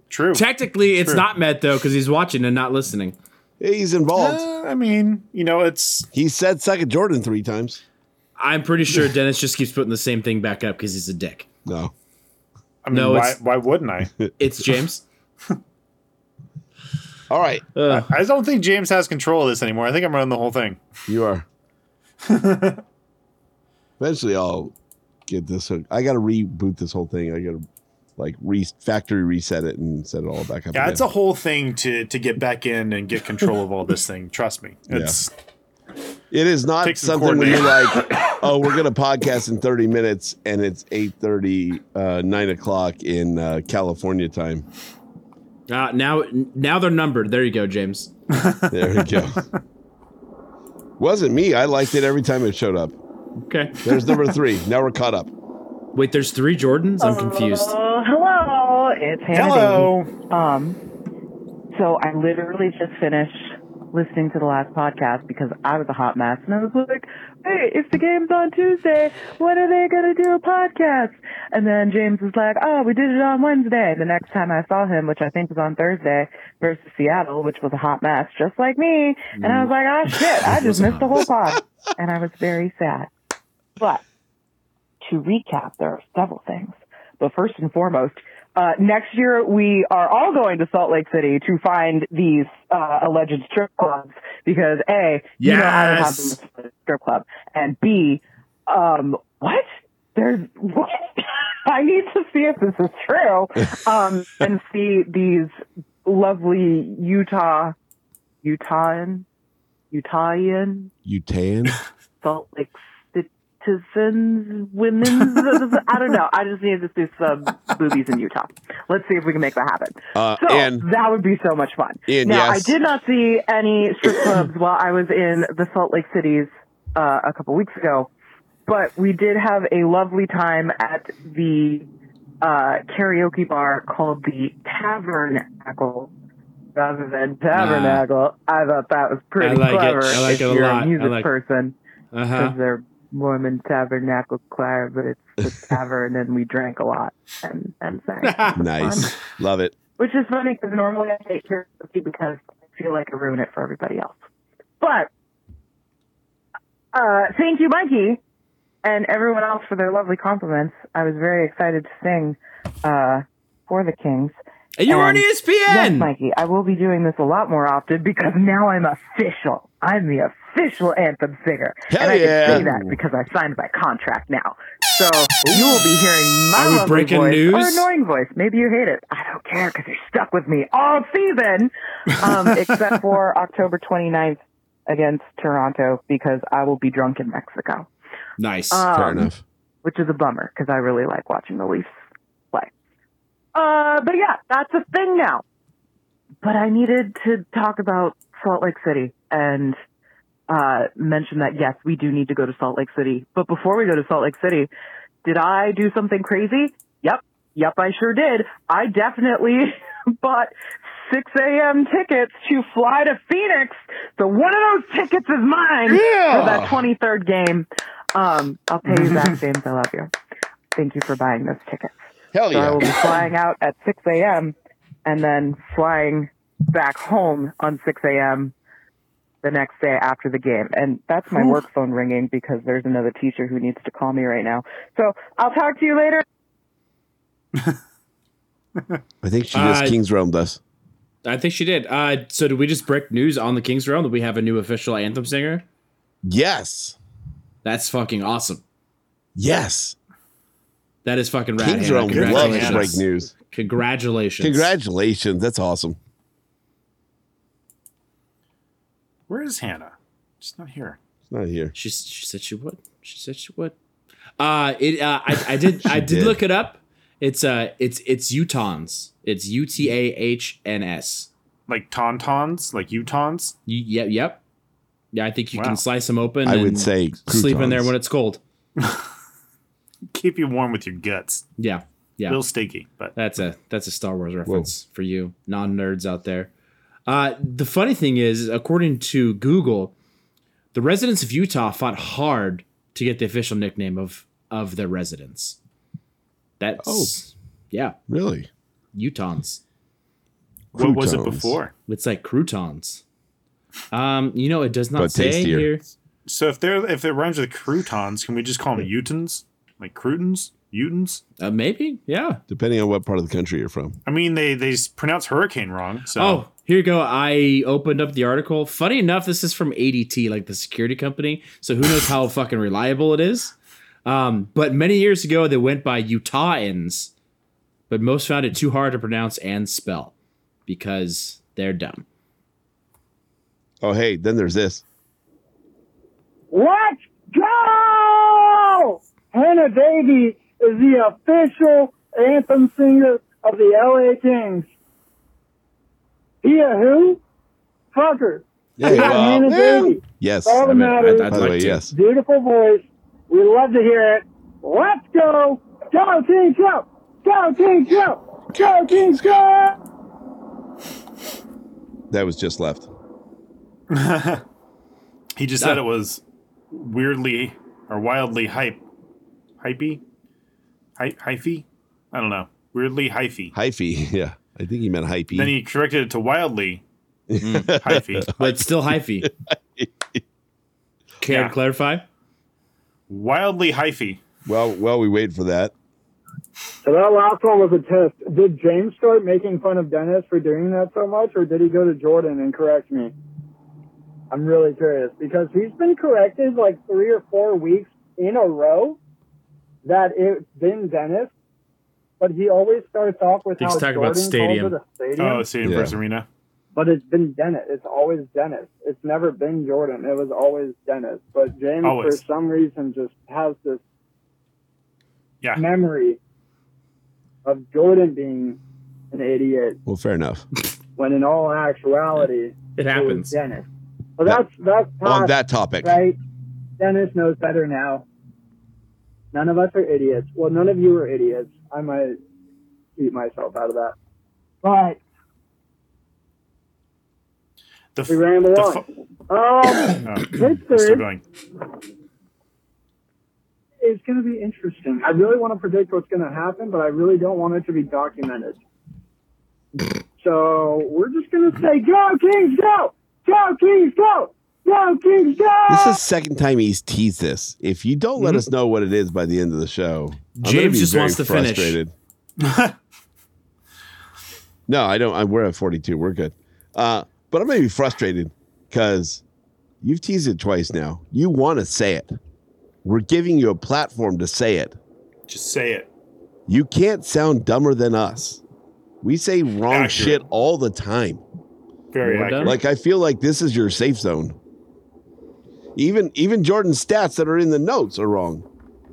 True. Technically, it's True. not met though because he's watching and not listening. He's involved. Uh, I mean, you know, it's he said "suck at Jordan" three times. I'm pretty sure Dennis just keeps putting the same thing back up because he's a dick. No, I mean, No, why, it's- why wouldn't I? it's James. All right. I I don't think James has control of this anymore. I think I'm running the whole thing. You are. Eventually, I'll get this. hook- I got to reboot this whole thing. I got to like re factory reset it and set it all back up. Yeah, again. it's a whole thing to to get back in and get control of all this thing. Trust me. Yeah. It's It is not Takes some something when you're coordination. like, oh, we're gonna podcast in 30 minutes, and it's 8:30, uh, nine o'clock in uh, California time. Uh, now, now they're numbered. There you go, James. There we go. Wasn't me. I liked it every time it showed up. Okay. There's number three. Now we're caught up. Wait, there's three Jordans. I'm confused. Oh, hello. It's Hannah. Hello. Davey. Um, so I literally just finished listening to the last podcast because I was a hot mess and I was like, hey, if the game's on Tuesday, when are they going to do a podcast? And then James was like, oh, we did it on Wednesday. The next time I saw him, which I think was on Thursday versus Seattle, which was a hot mess, just like me. And I was like, oh, shit, I just missed the whole pod. And I was very sad. But to recap, there are several things. But first and foremost, uh, next year we are all going to Salt Lake City to find these uh, alleged strip clubs because a you know how to have Yes. them at a strip club, and b um, what there's what I need to see if this is true, um, and see these lovely Utah, Utahan, Utahian Utan. Salt Lake citizens, women. I don't know. I just need to see some boobies in Utah. Let's see if we can make that happen. Uh, so and- that would be so much fun. And now yes. I did not see any strip clubs while I was in the Salt Lake cities uh, a couple weeks ago, but we did have a lovely time at the uh, karaoke bar called the Tabernacle. Rather than tabernacle, I thought that was pretty I like it. clever. I like if it a you're lot. I a music like- person Uh because huh. they're Mormon Tabernacle Choir, but it's the tavern, and we drank a lot and and sang, Nice. Love it. which is funny because normally I hate karaoke because I feel like I ruin it for everybody else. But uh, thank you, Mikey, and everyone else for their lovely compliments. I was very excited to sing uh, for the Kings. And you were on And- ESPN. Yes, Mikey, I will be doing this a lot more often because now I'm official. I'm the official anthem singer. Hell and I yeah. can say that because I signed my contract now. So you will be hearing my Are we lovely breaking voice or news? annoying voice. Maybe you hate it. I don't care because you're stuck with me all season, um, except for October 29th against Toronto because I will be drunk in Mexico, Nice. Fair Um, enough. which is a bummer because I really like watching the Leafs play. Uh, but yeah, that's a thing now but I needed to talk about Salt Lake City and uh, mention that yes, we do need to go to Salt Lake City. But before we go to Salt Lake City, did I do something crazy? Yep, yep, I sure did. I definitely bought 6 a.m. tickets to fly to Phoenix. So one of those tickets is mine for that 23rd game. Um, I'll pay you back, James. I love you. Thank you for buying those tickets. Hell So I will be yeah. flying out at 6 a.m. and then flying back home on 6 a.m. the next day after the game. And that's my work phone ringing because there's another teacher who needs to call me right now. So I'll talk to you later. I think she just Uh, Kings roamed us. I think she did. Uh, so did we just break news on the Kings Realm that we have a new official anthem singer? Yes. That's fucking awesome. Yes. That is fucking rad. Kings Hannah. roamed loves to Congratulations. break news. Congratulations. Congratulations. That's awesome. where is Hannah? She's not here. It's not here. She she said she would. She said she would. Uh, it. Uh, I, I did. I did, did. look it up. It's uh. It's it's Utahns. It's U T A H N S. Like Tauntauns? Like Utahns? Y- Yep. Yep. Yeah, I think you can slice them open. I would and say sleep in there croutons. when it's cold. Keep you warm with your guts. Yeah, yeah. A little stinky, but that's a that's a Star Wars reference for you non nerds out there. Uh, the funny thing is, according to Google, the residents of Utah fought hard to get the official nickname of of their residents. That's Oh. yeah, really Utahns. What was it Croutons. before? It's like croutons. Um, you know, it does not say here. So if they're if it rhymes with croutons, can we just call them utons? Like croutons, utons? Uh, maybe, yeah. Depending on what part of the country you're from. I mean, they they s- pronounce hurricane wrong. So Oh, here you go. I opened up the article. Funny enough, this is from ADT, like the security company. So who knows how fucking reliable it is. Um, but many years ago, they went by Utahans, but most found it too hard to pronounce and spell because they're dumb. Oh, hey, then there's this. Let's go! Hannah Davey is the official anthem singer of the LA Kings. He a who? Fucker. Yeah, He a well, Hannah yeah. Davey. Yes. All I that mean, matters. I'd- I'd By the like way, to. yes. Beautiful voice. We love to hear it. Let's go! Go Kings go! Go Kings go! Go Kings go! That was just left. he just said it was weirdly or wildly hype, hypey, Hy- hyphy. I don't know. Weirdly hyphy. Hyphy. Yeah. I think he meant hypey. Then he corrected it to wildly hyphy. But still hyphy. Can Yeah. I clarify? Wildly hyphy. well, well, we wait for that. So that last one was a test. Did James start making fun of Dennis for doing that so much, or did he go to Jordan and correct me? I'm really curious because he's been corrected like three or four weeks in a row that it's been Dennis, but he always starts off with He's how talking Jordan about stadium. calls it a stadium. Oh, stadium Yeah. versus arena. But it's been Dennis. It's always Dennis. It's never been Jordan. It was always Dennis. But James, Always. for some reason, just has this Yeah. memory of Jordan being an idiot Well, fair enough. when, in all actuality, It was Dennis. Well, that's that's On past, that topic. right? Dennis knows better now. None of us are idiots. Well, none of you are idiots. I might beat myself out of that. But The f- we ramble the on. f- Um, Oh, this we're still third going. is going to be interesting. I really want to predict what's going to happen, but I really don't want it to be documented. So we're just going Mm-hmm. to say, go Kings, go! Go Kings, go! Go Kings, go! This is second time he's teased this. If you don't let us know what it is by the end of the show, I'm gonna Hmm? James be just very wants to finish. frustrated. no, I don't. I, we're at 42. We're good. Uh, but I'm going to be frustrated because you've teased it twice now. You want to say it. We're giving you a platform to say it. Just say it. You can't sound dumber than us. We say wrong Accurate. shit all the time. Very More accurate. dumb? Like I feel like this is your safe zone. Even even Jordan's stats that are in the notes are wrong.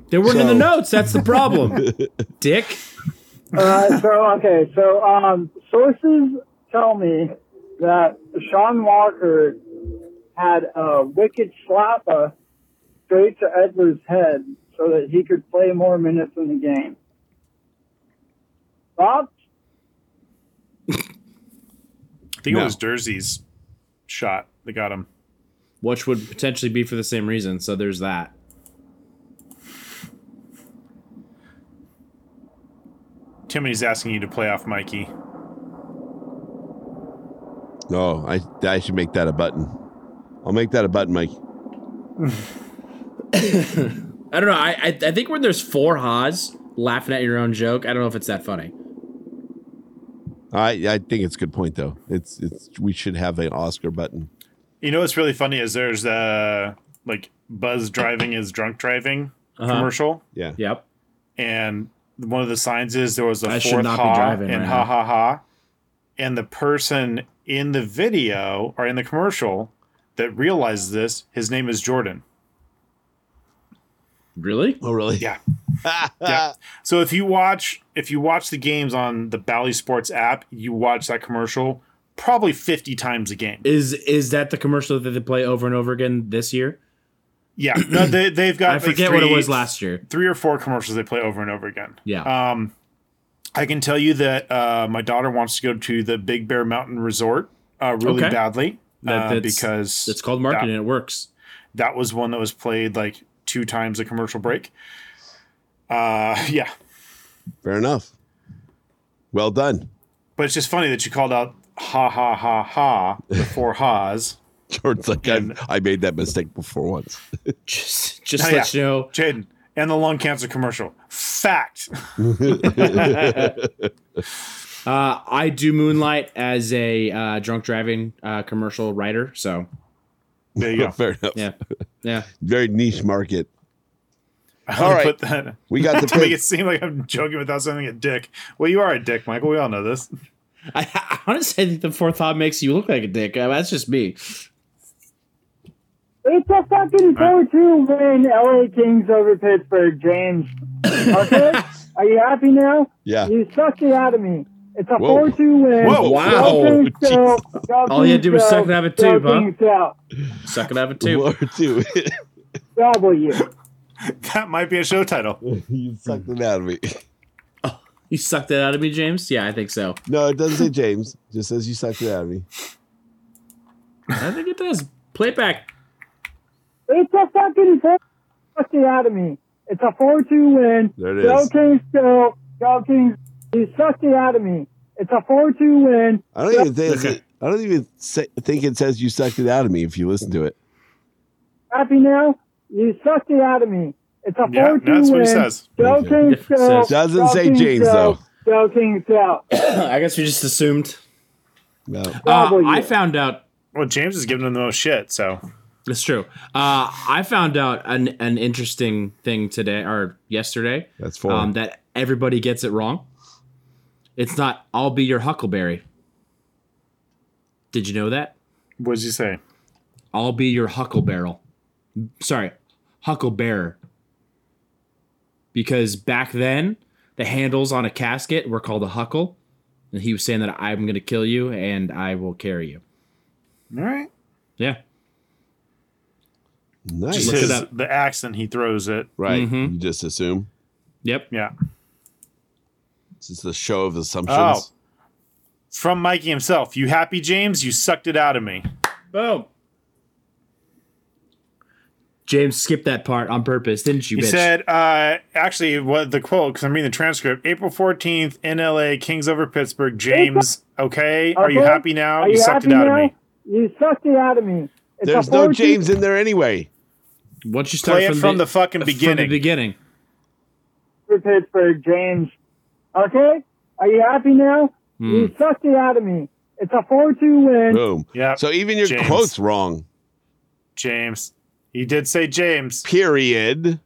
They weren't in the So- notes. That's the problem, Dick. Uh, so okay, so um, sources tell me that Sean Walker had a wicked slapper straight to Edwards' head so that he could play more minutes in the game. Bob, I think No. it was Jersey's shot that got him. Which would potentially be for the same reason. So there's that. Timmy's asking you to play off Mikey. Oh, I I should make that a button. I'll make that a button, Mike. I don't know. I, I I think when there's four Haas laughing at your own joke, I don't know if it's that funny. I I think it's a good point though. It's it's we should have an Oscar button. You know what's really funny is there's uh like Buzz driving is drunk driving Uh-huh. commercial, Yeah. Yep. and one of the signs is there was a I should fourth not be ha driving and right ha now. ha ha, and the person in the video or in the commercial that realizes this, his name is Jordan. Really? Oh, really? Yeah. yeah. So if you watch if you watch the games on the Bally Sports app, you watch that commercial probably 50 times a game. Is is that the commercial that they play over and over again this year? Yeah, no, they, they've got. I like, forget what it was last year. Three or four commercials they play over and over again. Yeah. Um, I can tell you that uh, my daughter wants to go to the Big Bear Mountain Resort uh, really Okay. badly That- uh, that's- because it's called marketing, that- it works. That was one that was played like two times a commercial break. Uh, yeah, Fair enough. Well done. but it's just funny that you called out ha ha ha ha the four ha's. Jordan's like, I've, I made that mistake before once. just just Oh, let yeah. you know. Jaden and the lung cancer commercial. Fact. Uh, I do moonlight as a uh, drunk driving uh, commercial writer. So there you go. Fair enough. Yeah. Yeah. Very niche market. I All would right. put that. We got the to make pick. it seem like I'm joking without sounding a dick. Well, you are a dick, Michael. We all know this. I honestly think the fourth thought makes you look like a dick. Uh, that's just me. It's a fucking go-to win. LA Kings over Pittsburgh, James. Okay, are you happy now? Yeah. You sucked it out of me. It's a Whoa. four-two win. Whoa, wow. Dolphins go, All you had to do was Dolphins suck it out of a tube, go, huh? Kings go. Suck it up too. Or two. W. That might be a show title. you sucked it out of me. You sucked that out of me, James. Yeah, I think so. No, it doesn't say James. It just says you sucked it out of me. I think it does. Playback. It's a fucking four- sucked it out of me. It's a four-two win. There it Go is. Kings go. Go Kings. You sucked it out of me. It's a four-two win. I don't even think. it's- I don't even say, think it says you sucked it out of me if you listen to it. Happy now? You sucked it out of me. It's a 4 Yeah, 2 that's win. what he says. Go Kings Yeah, go. says- Doesn't Go say Kings, James, go. Go Kings go. I guess we just assumed. No. Uh, W. I found out. Well, James is giving them the most shit, so It's true. Uh, I found out an an interesting thing today or yesterday. That's four. Um, that everybody gets it wrong. It's not. I'll be your huckleberry. Did you know that? what does he say? I'll be your huckle barrel. Sorry, huckle bearer. Because back then, the handles on a casket were called a huckle. And he was saying that I'm going to kill you and I will carry you. All right. Yeah. nice. Just look it his, mm-hmm. up. the accent he throws it. right. Mhm. You just assume. Yep. Yeah. It's just a show of assumptions. Oh. From Mikey himself. You happy, James? You sucked it out of me. Boom. James skipped that part on purpose, didn't you, He bitch? said, uh, actually, what the quote, because I'm reading the transcript April 14th in LA, Kings over Pittsburgh. James, okay? Are you Okay? happy now? Are You sucked happy it out now? of me. You sucked it out of me. It's There's a no 4-2 James in there anyway. Once you start Play it from, from the fucking from the beginning. beginning. for Pittsburgh, James. Okay? Are you happy now? You sucked it out of me. It's a 4 2 win. Boom. Yeah. So even your James. quote's wrong. James. He did say James. Period.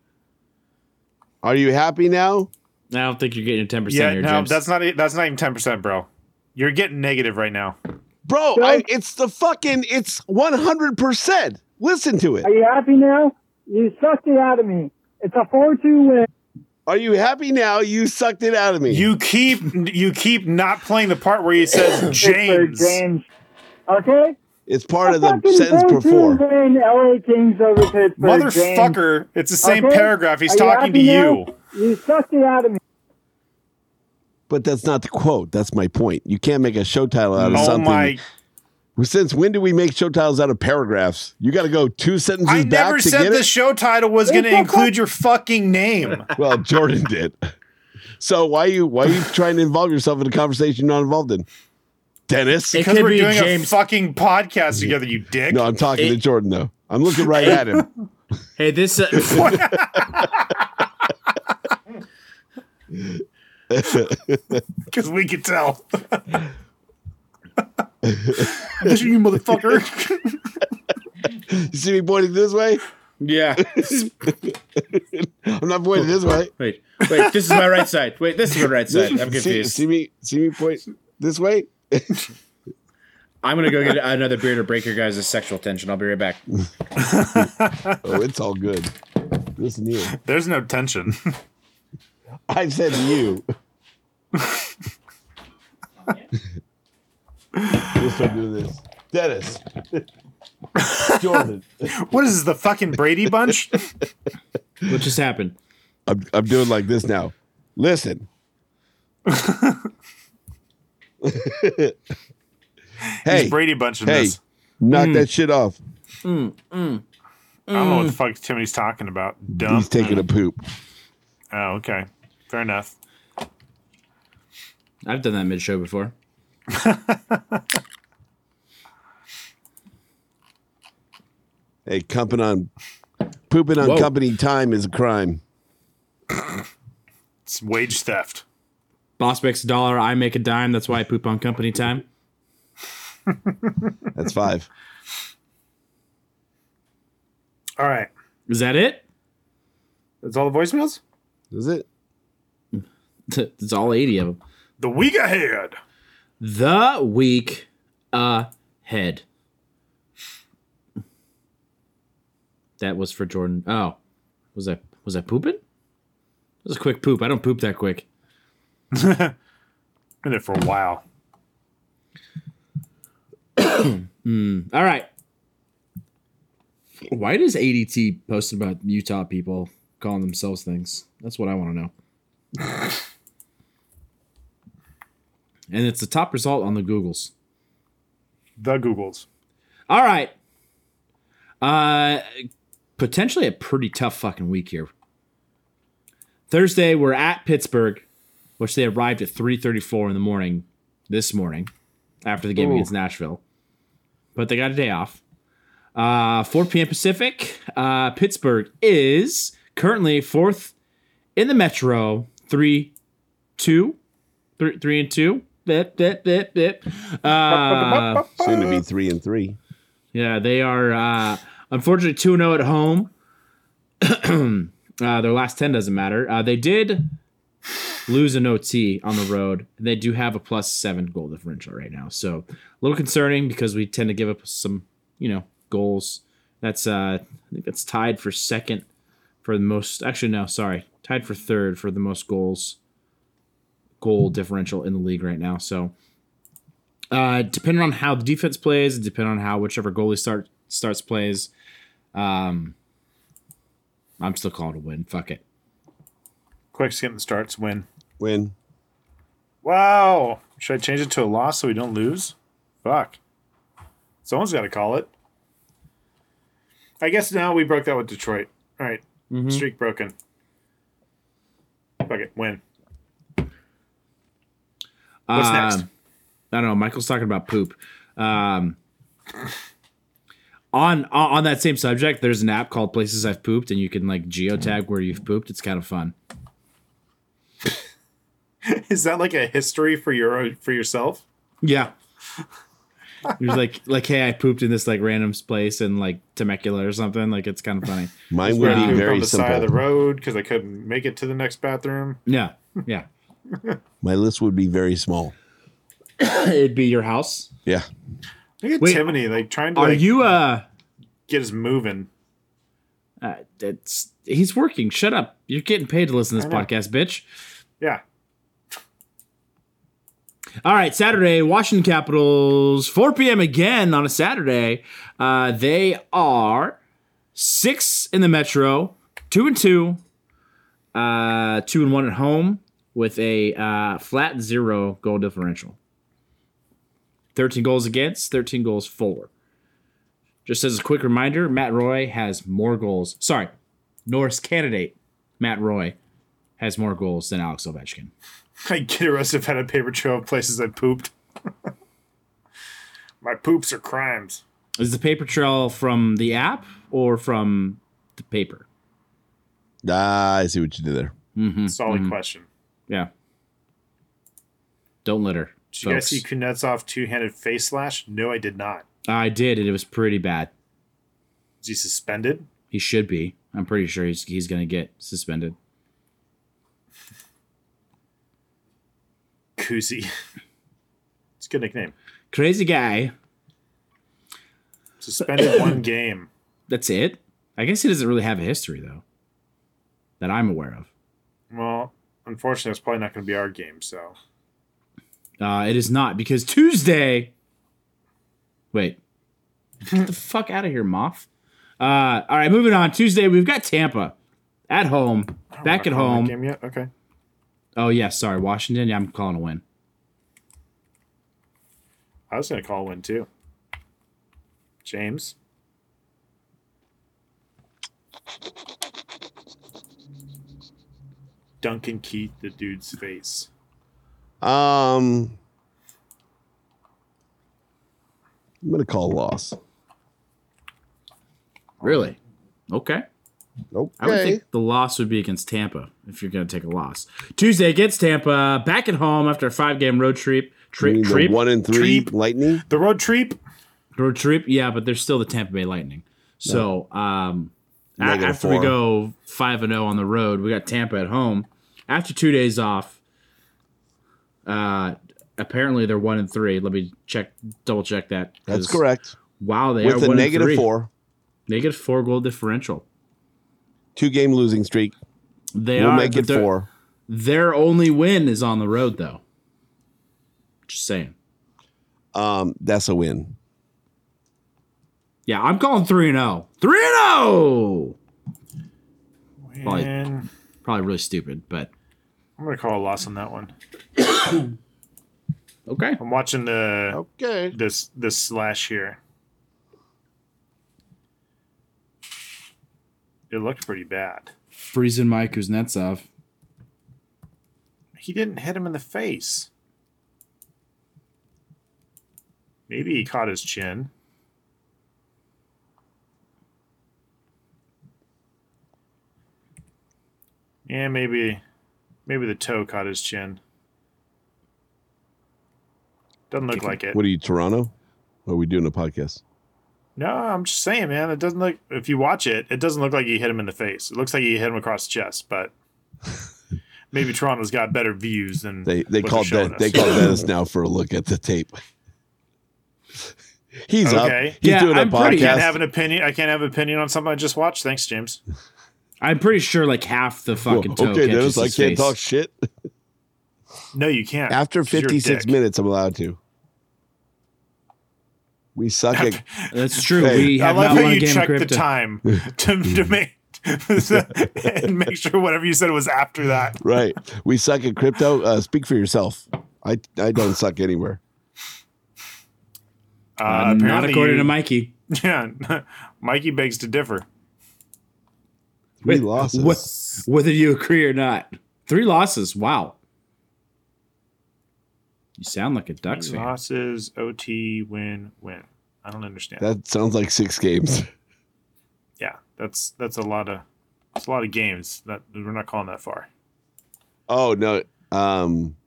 Are you happy now? I don't think you're getting 10% Yeah, here, no, James. that's not e, that's not even ten percent, bro. You're getting negative right now. Bro, I, it's the fucking, it's 100%. Listen to it. Are you happy now? You sucked it out of me. It's a 4 2 win. Are you happy now? You sucked it out of me. You keep you keep not playing the part where he says Pittsburgh, James. James. Okay? it's part of the Fucking sentence 4-2 before. Win. LA Kings over Pittsburgh, James. Motherfucker, it's the same Okay? paragraph. He's Are you talking to happy now? you. You sucked it out of me. But that's not the quote. That's my point. You can't make a show title out of Oh something. my! Since when do we make show titles out of paragraphs? You got to go two sentences I back never to said get the it. show title was going to include your fucking name. well, Jordan did. So why you why you trying to involve yourself in a conversation you're not involved in? Dennis? It Because could we're be doing James. a fucking podcast together, you dick. No, I'm talking to it- Jordan though. I'm looking right at him. hey, this. Uh, Because we could tell. you motherfucker. You see me pointing this way? yeah. I'm not pointing this way. Wait, wait, this is my right side. Wait, this is my right side. I'm See, confused. see me see me point this way? I'm gonna go get another beer to break your guys' sexual tension. I'll be right back. Oh, it's all good. Listen to you. There's no tension. I said you. We'll start doing this. Dennis. Jordan. what is this, the fucking Brady Bunch? What just happened? I'm, I'm doing like this now. Listen. hey. He's Brady Bunch in hey, this. knock Mm. that shit off. I don't know what the fuck Timmy's talking about. Dumb. He's taking a poop. Oh, okay. Fair enough. I've done that mid show before. Hey, comping on pooping on Whoa. company time is a crime. It's wage theft. Boss makes a dollar, I make a dime. That's why I poop on company time. That's five. All right. Is that it? That's all the voicemails? Is it? It's all 80 of them. The week ahead. The week ahead. That was for Jordan. Oh, was that was that pooping? It was a quick poop. I don't poop that quick. Been there for a while. Mm, All right. Why does ADT post about Utah people calling themselves things? That's what I want to know. and it's the top result on the Googles. The Googles. All right. Uh potentially a pretty tough fucking week here. Thursday, we're at Pittsburgh, which they arrived at 3:34 in the morning this morning after the game Ooh. against Nashville. But they got a day off. Uh 4 p.m. Pacific. Uh Pittsburgh is currently fourth in the Metro, 3 2 3, three and 2. Bip, bip, bip, bip. Uh, Soon to be three and three. yeah, they are uh, unfortunately 2 0 at home. uh, their last 10 doesn't matter. Uh, they did lose an OT on the road. They do have a plus seven goal differential right now. So a little concerning because we tend to give up some, you know, goals. That's, uh, I think that's tied for second for the most. Actually, no, sorry. Tied for third for the most goals, goal differential in the league right now. So uh, depending on how the defense plays, depending on how whichever goalie start starts plays, um, I'm still calling a win. Fuck it. Quick skip and starts. Win. Win. Wow. Should I change it to a loss so we don't lose? Fuck. Someone's got to call it. I guess now we broke that with Detroit. All right. Mm-hmm. Streak broken. Fuck it. Win. What's next? Um, I don't know. Michael's talking about poop. Um, on on that same subject, there's an app called Places I've Pooped, and you can like geotag where you've pooped. It's kind of fun. Is that like a history for your for yourself? Yeah. It was like like hey, I pooped in this like random place in like Temecula or something. Like it's kind of funny. Mine Where would I pooped be on very the side of the simple. road because I couldn't make it to the next bathroom. Yeah. Yeah. My list would be very small. It'd be your house. Yeah. Look at Wait, Timony, like trying to Are like, you uh get us moving. Uh, that's he's working. Shut up. You're getting paid to listen to this I know. podcast, bitch. Yeah. All right, Saturday, Washington Capitals, 4 p.m. again on a Saturday. Uh, they are six in the Metro, two and two, uh, two and one at home with a uh, flat zero goal differential. 13 goals against, 13 goals for. Just as a quick reminder, Matt Roy has more goals. Sorry, Norris candidate Matt Roy has more goals than Alex Ovechkin. I get arrested if I had a paper trail of places I pooped. My poops are crimes. Is the paper trail from the app or from the paper? Ah, I see what you did there. Mm-hmm. Solid question. Yeah. Don't litter. Did you guys see Kuznetsov two handed face slash? No, I did not. I did, and it was pretty bad. Is he suspended? He should be. I'm pretty sure he's he's gonna get suspended. Kuzi. It's a good nickname. Crazy guy. Suspended one game. That's it. I guess he doesn't really have a history though, that I'm aware of. Well, unfortunately, it's probably not going to be our game. So Uh, it is not because Tuesday Wait. Get the fuck out of here, Moth. Uh, all right, moving on. Tuesday, we've got Tampa at home, back at Oh, that home. Game yet? Okay. Oh, yeah, sorry. Washington, yeah, I'm calling a win. I was going to call one too. James? Duncan Keith, the dude's face. Um, I'm gonna call loss. Really? Okay. Okay. I would think the loss would be against Tampa if you're going to take a loss. Tuesday against Tampa, back at home after a five game road trip. You Trip, mean the trip, one and three Lightning. The road trip. road trip. Yeah, but they're still the Tampa Bay Lightning. So um, a- Negative after we four. go five and zero on the road, we got Tampa at home. After two days off, uh, apparently they're one and three. Let me check, double check that. 'cause That's correct. Wow, they With are a one and negative three. four, Negative four goal differential. two game losing streak. They we'll are, make but it they're- four. Their only win is on the road, though. Just saying. Um, that's a win. Yeah, I'm calling 3 and 0. 3 and 0. Probably, Man. probably really stupid, but I'm going to call a loss on that one. okay. I'm watching the okay this this slash here. It looked pretty bad. freezing Mike Kuznetsov. He didn't hit him in the face. Maybe he caught his chin. Yeah, maybe maybe the toe caught his chin. Doesn't look like it. What are you, Toronto? Or are we doing a podcast? No, I'm just saying, man. It doesn't look. If you watch it, it doesn't look like he hit him in the face. It looks like he hit him across the chest. But maybe Toronto's got better views than They they what called they're showing that they us. called Dennis now for a look at the tape. He's up. He's doing a I can't have podcast. an opinion. I can't have an opinion on something I just watched. Thanks, James. I'm pretty sure like half the fucking Well, toe okay, catches Dennis, I his can't face. talk shit. No, you can't. After 'cause you're a 56 dick. minutes, I'm allowed to. We suck at. That's true. Hey. We I have love not how won a you game of checked the crypto. time to, to make and make sure whatever you said was after that. Right. We suck at crypto. Uh, speak for yourself. I, I don't suck anywhere. Uh, not apparently according you- to Mikey. Yeah, Mikey begs to differ. Three losses. Wh- whether you agree or not. Three losses. Wow. You sound like a Ducks fan. Losses, OT, win, win. I don't understand. That sounds like six games. yeah, that's that's a lot of it's a lot of games that we're not calling that far. Oh no. Um,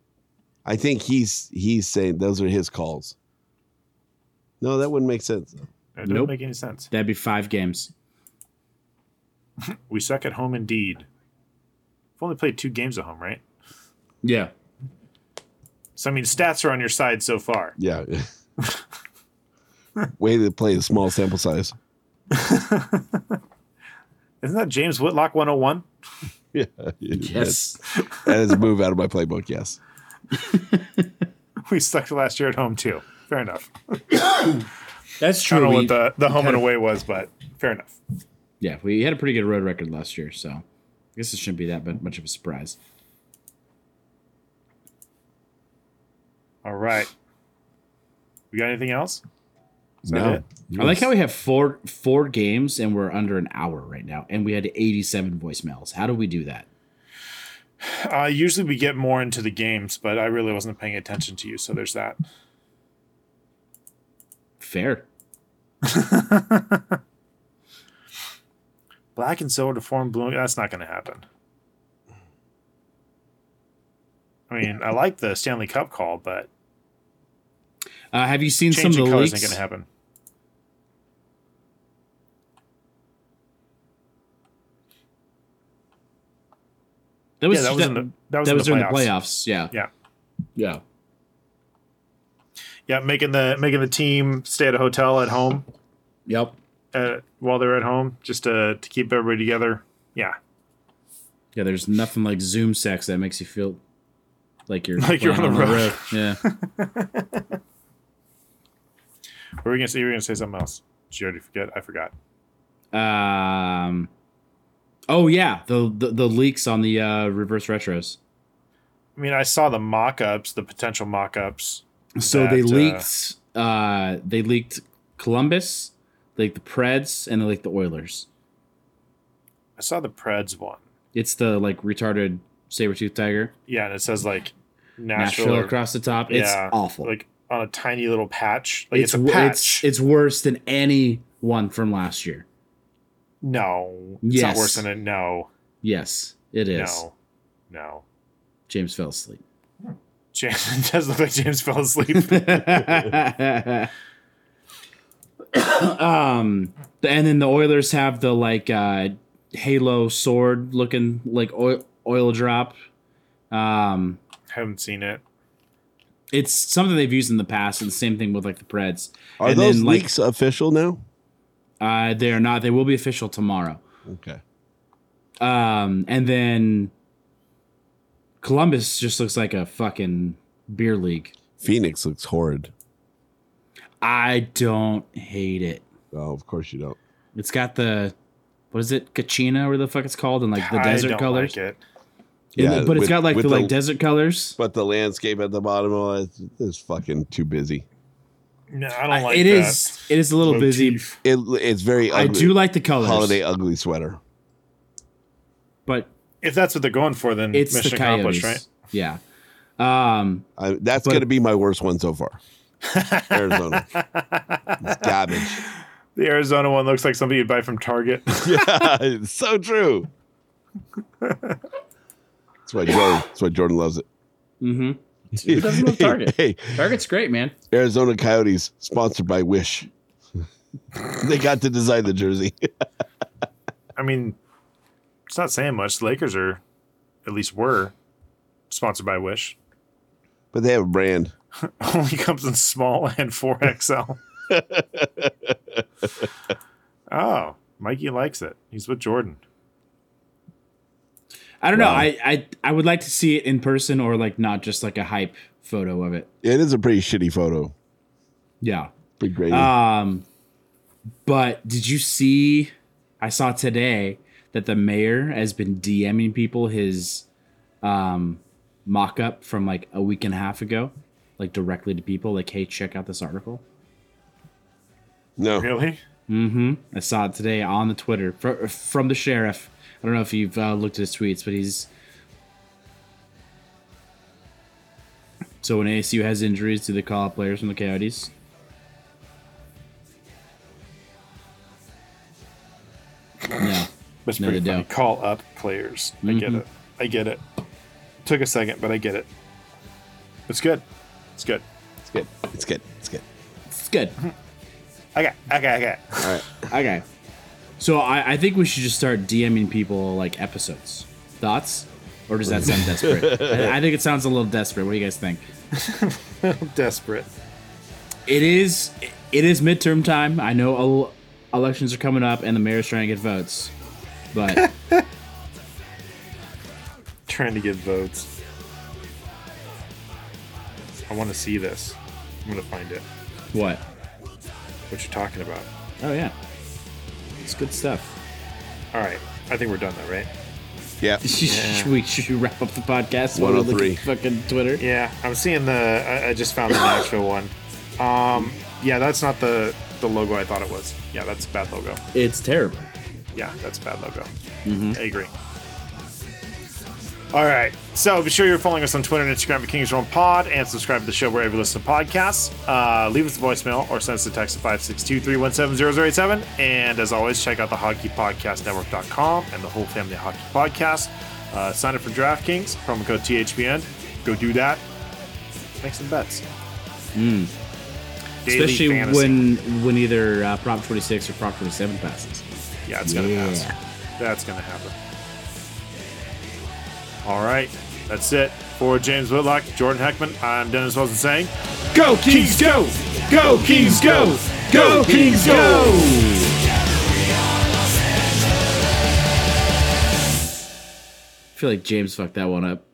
I think he's he's saying those are his calls. No, that wouldn't make sense. It doesn't Nope. make any sense. That'd be five games. We suck at home indeed. We've only played two games at home, right? Yeah. So I mean, stats are on your side so far. Yeah. Way to play the small sample size. Isn't that James Whitlock 101? Yeah. Yes. That is a move out of my playbook. Yes. We sucked last year at home too. Fair enough. That's I true. don't know We- what the, the home had and a- away was, but fair enough. Yeah, we had a pretty good road record last year, so I guess it shouldn't be that bu- much of a surprise. All right. We got anything else? Is that No. it? I like how we have four four games and we're under an hour right now, and we had 87 voicemails. How do we do that? Uh, usually we get more into the games, but I really wasn't paying attention to you, so there's that. Fair. Black and silver to form blue. That's not going to happen. I mean, I like the Stanley Cup call, but Uh, have you seen some of changing the colors isn't leaks? going to happen. That was Yeah, that was in the- that was in the during the playoffs. playoffs. Yeah, Yeah, yeah. yeah, making the making the team stay at a hotel at home Yep. uh, while they're at home just to to keep everybody together. Yeah, Yeah, there's nothing like Zoom sex that makes you feel like you're Like you're playing on the road. Yeah. What were you gonna say? You were gonna say something else. Did you already forget? I forgot. Um. Oh yeah, the the, the leaks on the uh, reverse retros. I mean, I saw the mock-ups, the potential mock-ups. So that, they uh, leaked. Uh, they leaked Columbus, they leaked the Preds, and they leaked the Oilers. I saw the Preds one. It's the like retarded saber tooth tiger. Yeah, and it says like Nashville, Nashville, or- across the top. It's yeah, awful. Like on a tiny little patch. Like it's, a wo- patch. it's it's worse than any one from last year. no, it's not Yes. worse than a no. Yes, it is. No, no. James fell asleep. James it does look like James fell asleep. um, and then the Oilers have the like uh, Halo sword looking like oil, oil drop. Um, Haven't seen it. It's something they've used in the past, and the same thing with like the Preds. Are and those leaks official now? Uh, they are not. They will be official tomorrow. Okay. Um, and then Columbus just looks like a fucking beer league. Phoenix looks horrid. I don't hate it. Oh, of course you don't. It's got the what is it, Kachina, or the fuck it's called, and like the I desert don't colors. like it. Yeah, but it's with- got like the, with like desert colors. But the landscape at the bottom of it is- is fucking too busy. No, I don't like It that. is. It is a little busy, It, it's very. I Ugly. do like the colors. Holiday ugly sweater. but If that's what they're going for, then it's mission the accomplished, coyotes. right? Yeah. Um, I, that's But- going to be my worst one so far. Arizona garbage. The Arizona one looks like something you'd buy from Target. yeah, it's so true. That's why Jordan. That's why Jordan loves it. Mm-hmm. It doesn't look Target. Hey, Target's great, man. Arizona Coyotes, sponsored by Wish. they got to design the jersey. I mean, it's not saying much. The Lakers are, at least were, sponsored by Wish. but they have a brand. Only comes in small and 4XL. oh, Mikey likes it. He's with Jordan. I don't know. I, I I would like to see it in person or like not just like a hype photo of it. It is a pretty shitty photo. Yeah. Pretty great. Um, but did you see? I saw today that the mayor has been DMing people his um, mock up from like a week and a half ago, like directly to people, like, hey, check out this article. no. Really? Mm-hmm. I saw it today on the Twitter fr- from the sheriff. I don't know if you've uh, looked at his tweets, but he's so when ASU has injuries, do they call up players from the Coyotes? No, That's No, pretty they funny. don't. Call up players. I get Mhm. it. I get it. Took a second, but I get it. It's good. It's good. It's good. It's good. It's good. it's good. Okay, okay, okay. All right. Okay, so I, I think we should just start DMing people like episodes. Thoughts? Or does that sound desperate? I, I think it sounds a little desperate. What do you guys think? I'm desperate. It is it is midterm time. I know el- elections are coming up and the mayor's trying to get votes. But Trying to get votes. I want to see this. I'm going to find it. what? What you're talking about. Oh yeah. It's good stuff. All right. I think we're done though, right? Yeah. should, we, should we wrap up the podcast while we oh look at 103. fucking Twitter? Yeah, I'm seeing the. I, I just found the Nashville one. Um, yeah, that's not the the logo I thought it was. Yeah, that's a bad logo. It's terrible. Yeah, that's a bad logo. I agree. All right. So be sure you're following us on Twitter and Instagram at Kings Realm Pod and subscribe to the show wherever you listen to podcasts. Uh, leave us a voicemail or send us a text at 562 317 0087. And as always, check out the hockeypodcastnetwork.com and the whole family of hockey podcast. Uh, sign up for DraftKings, promo code THPN. Go do that. Make some bets. Daily Especially fantasy. when when either uh, Prop 26 or Prop 27 passes. Yeah, it's gonna Yeah. pass. That's gonna happen. All right, that's it for James Whitlock, Jordan Heckman. I'm Dennis Wilson saying, "Go Kings, go! Go Kings, go! Go Kings, go!" I feel like James fucked that one up.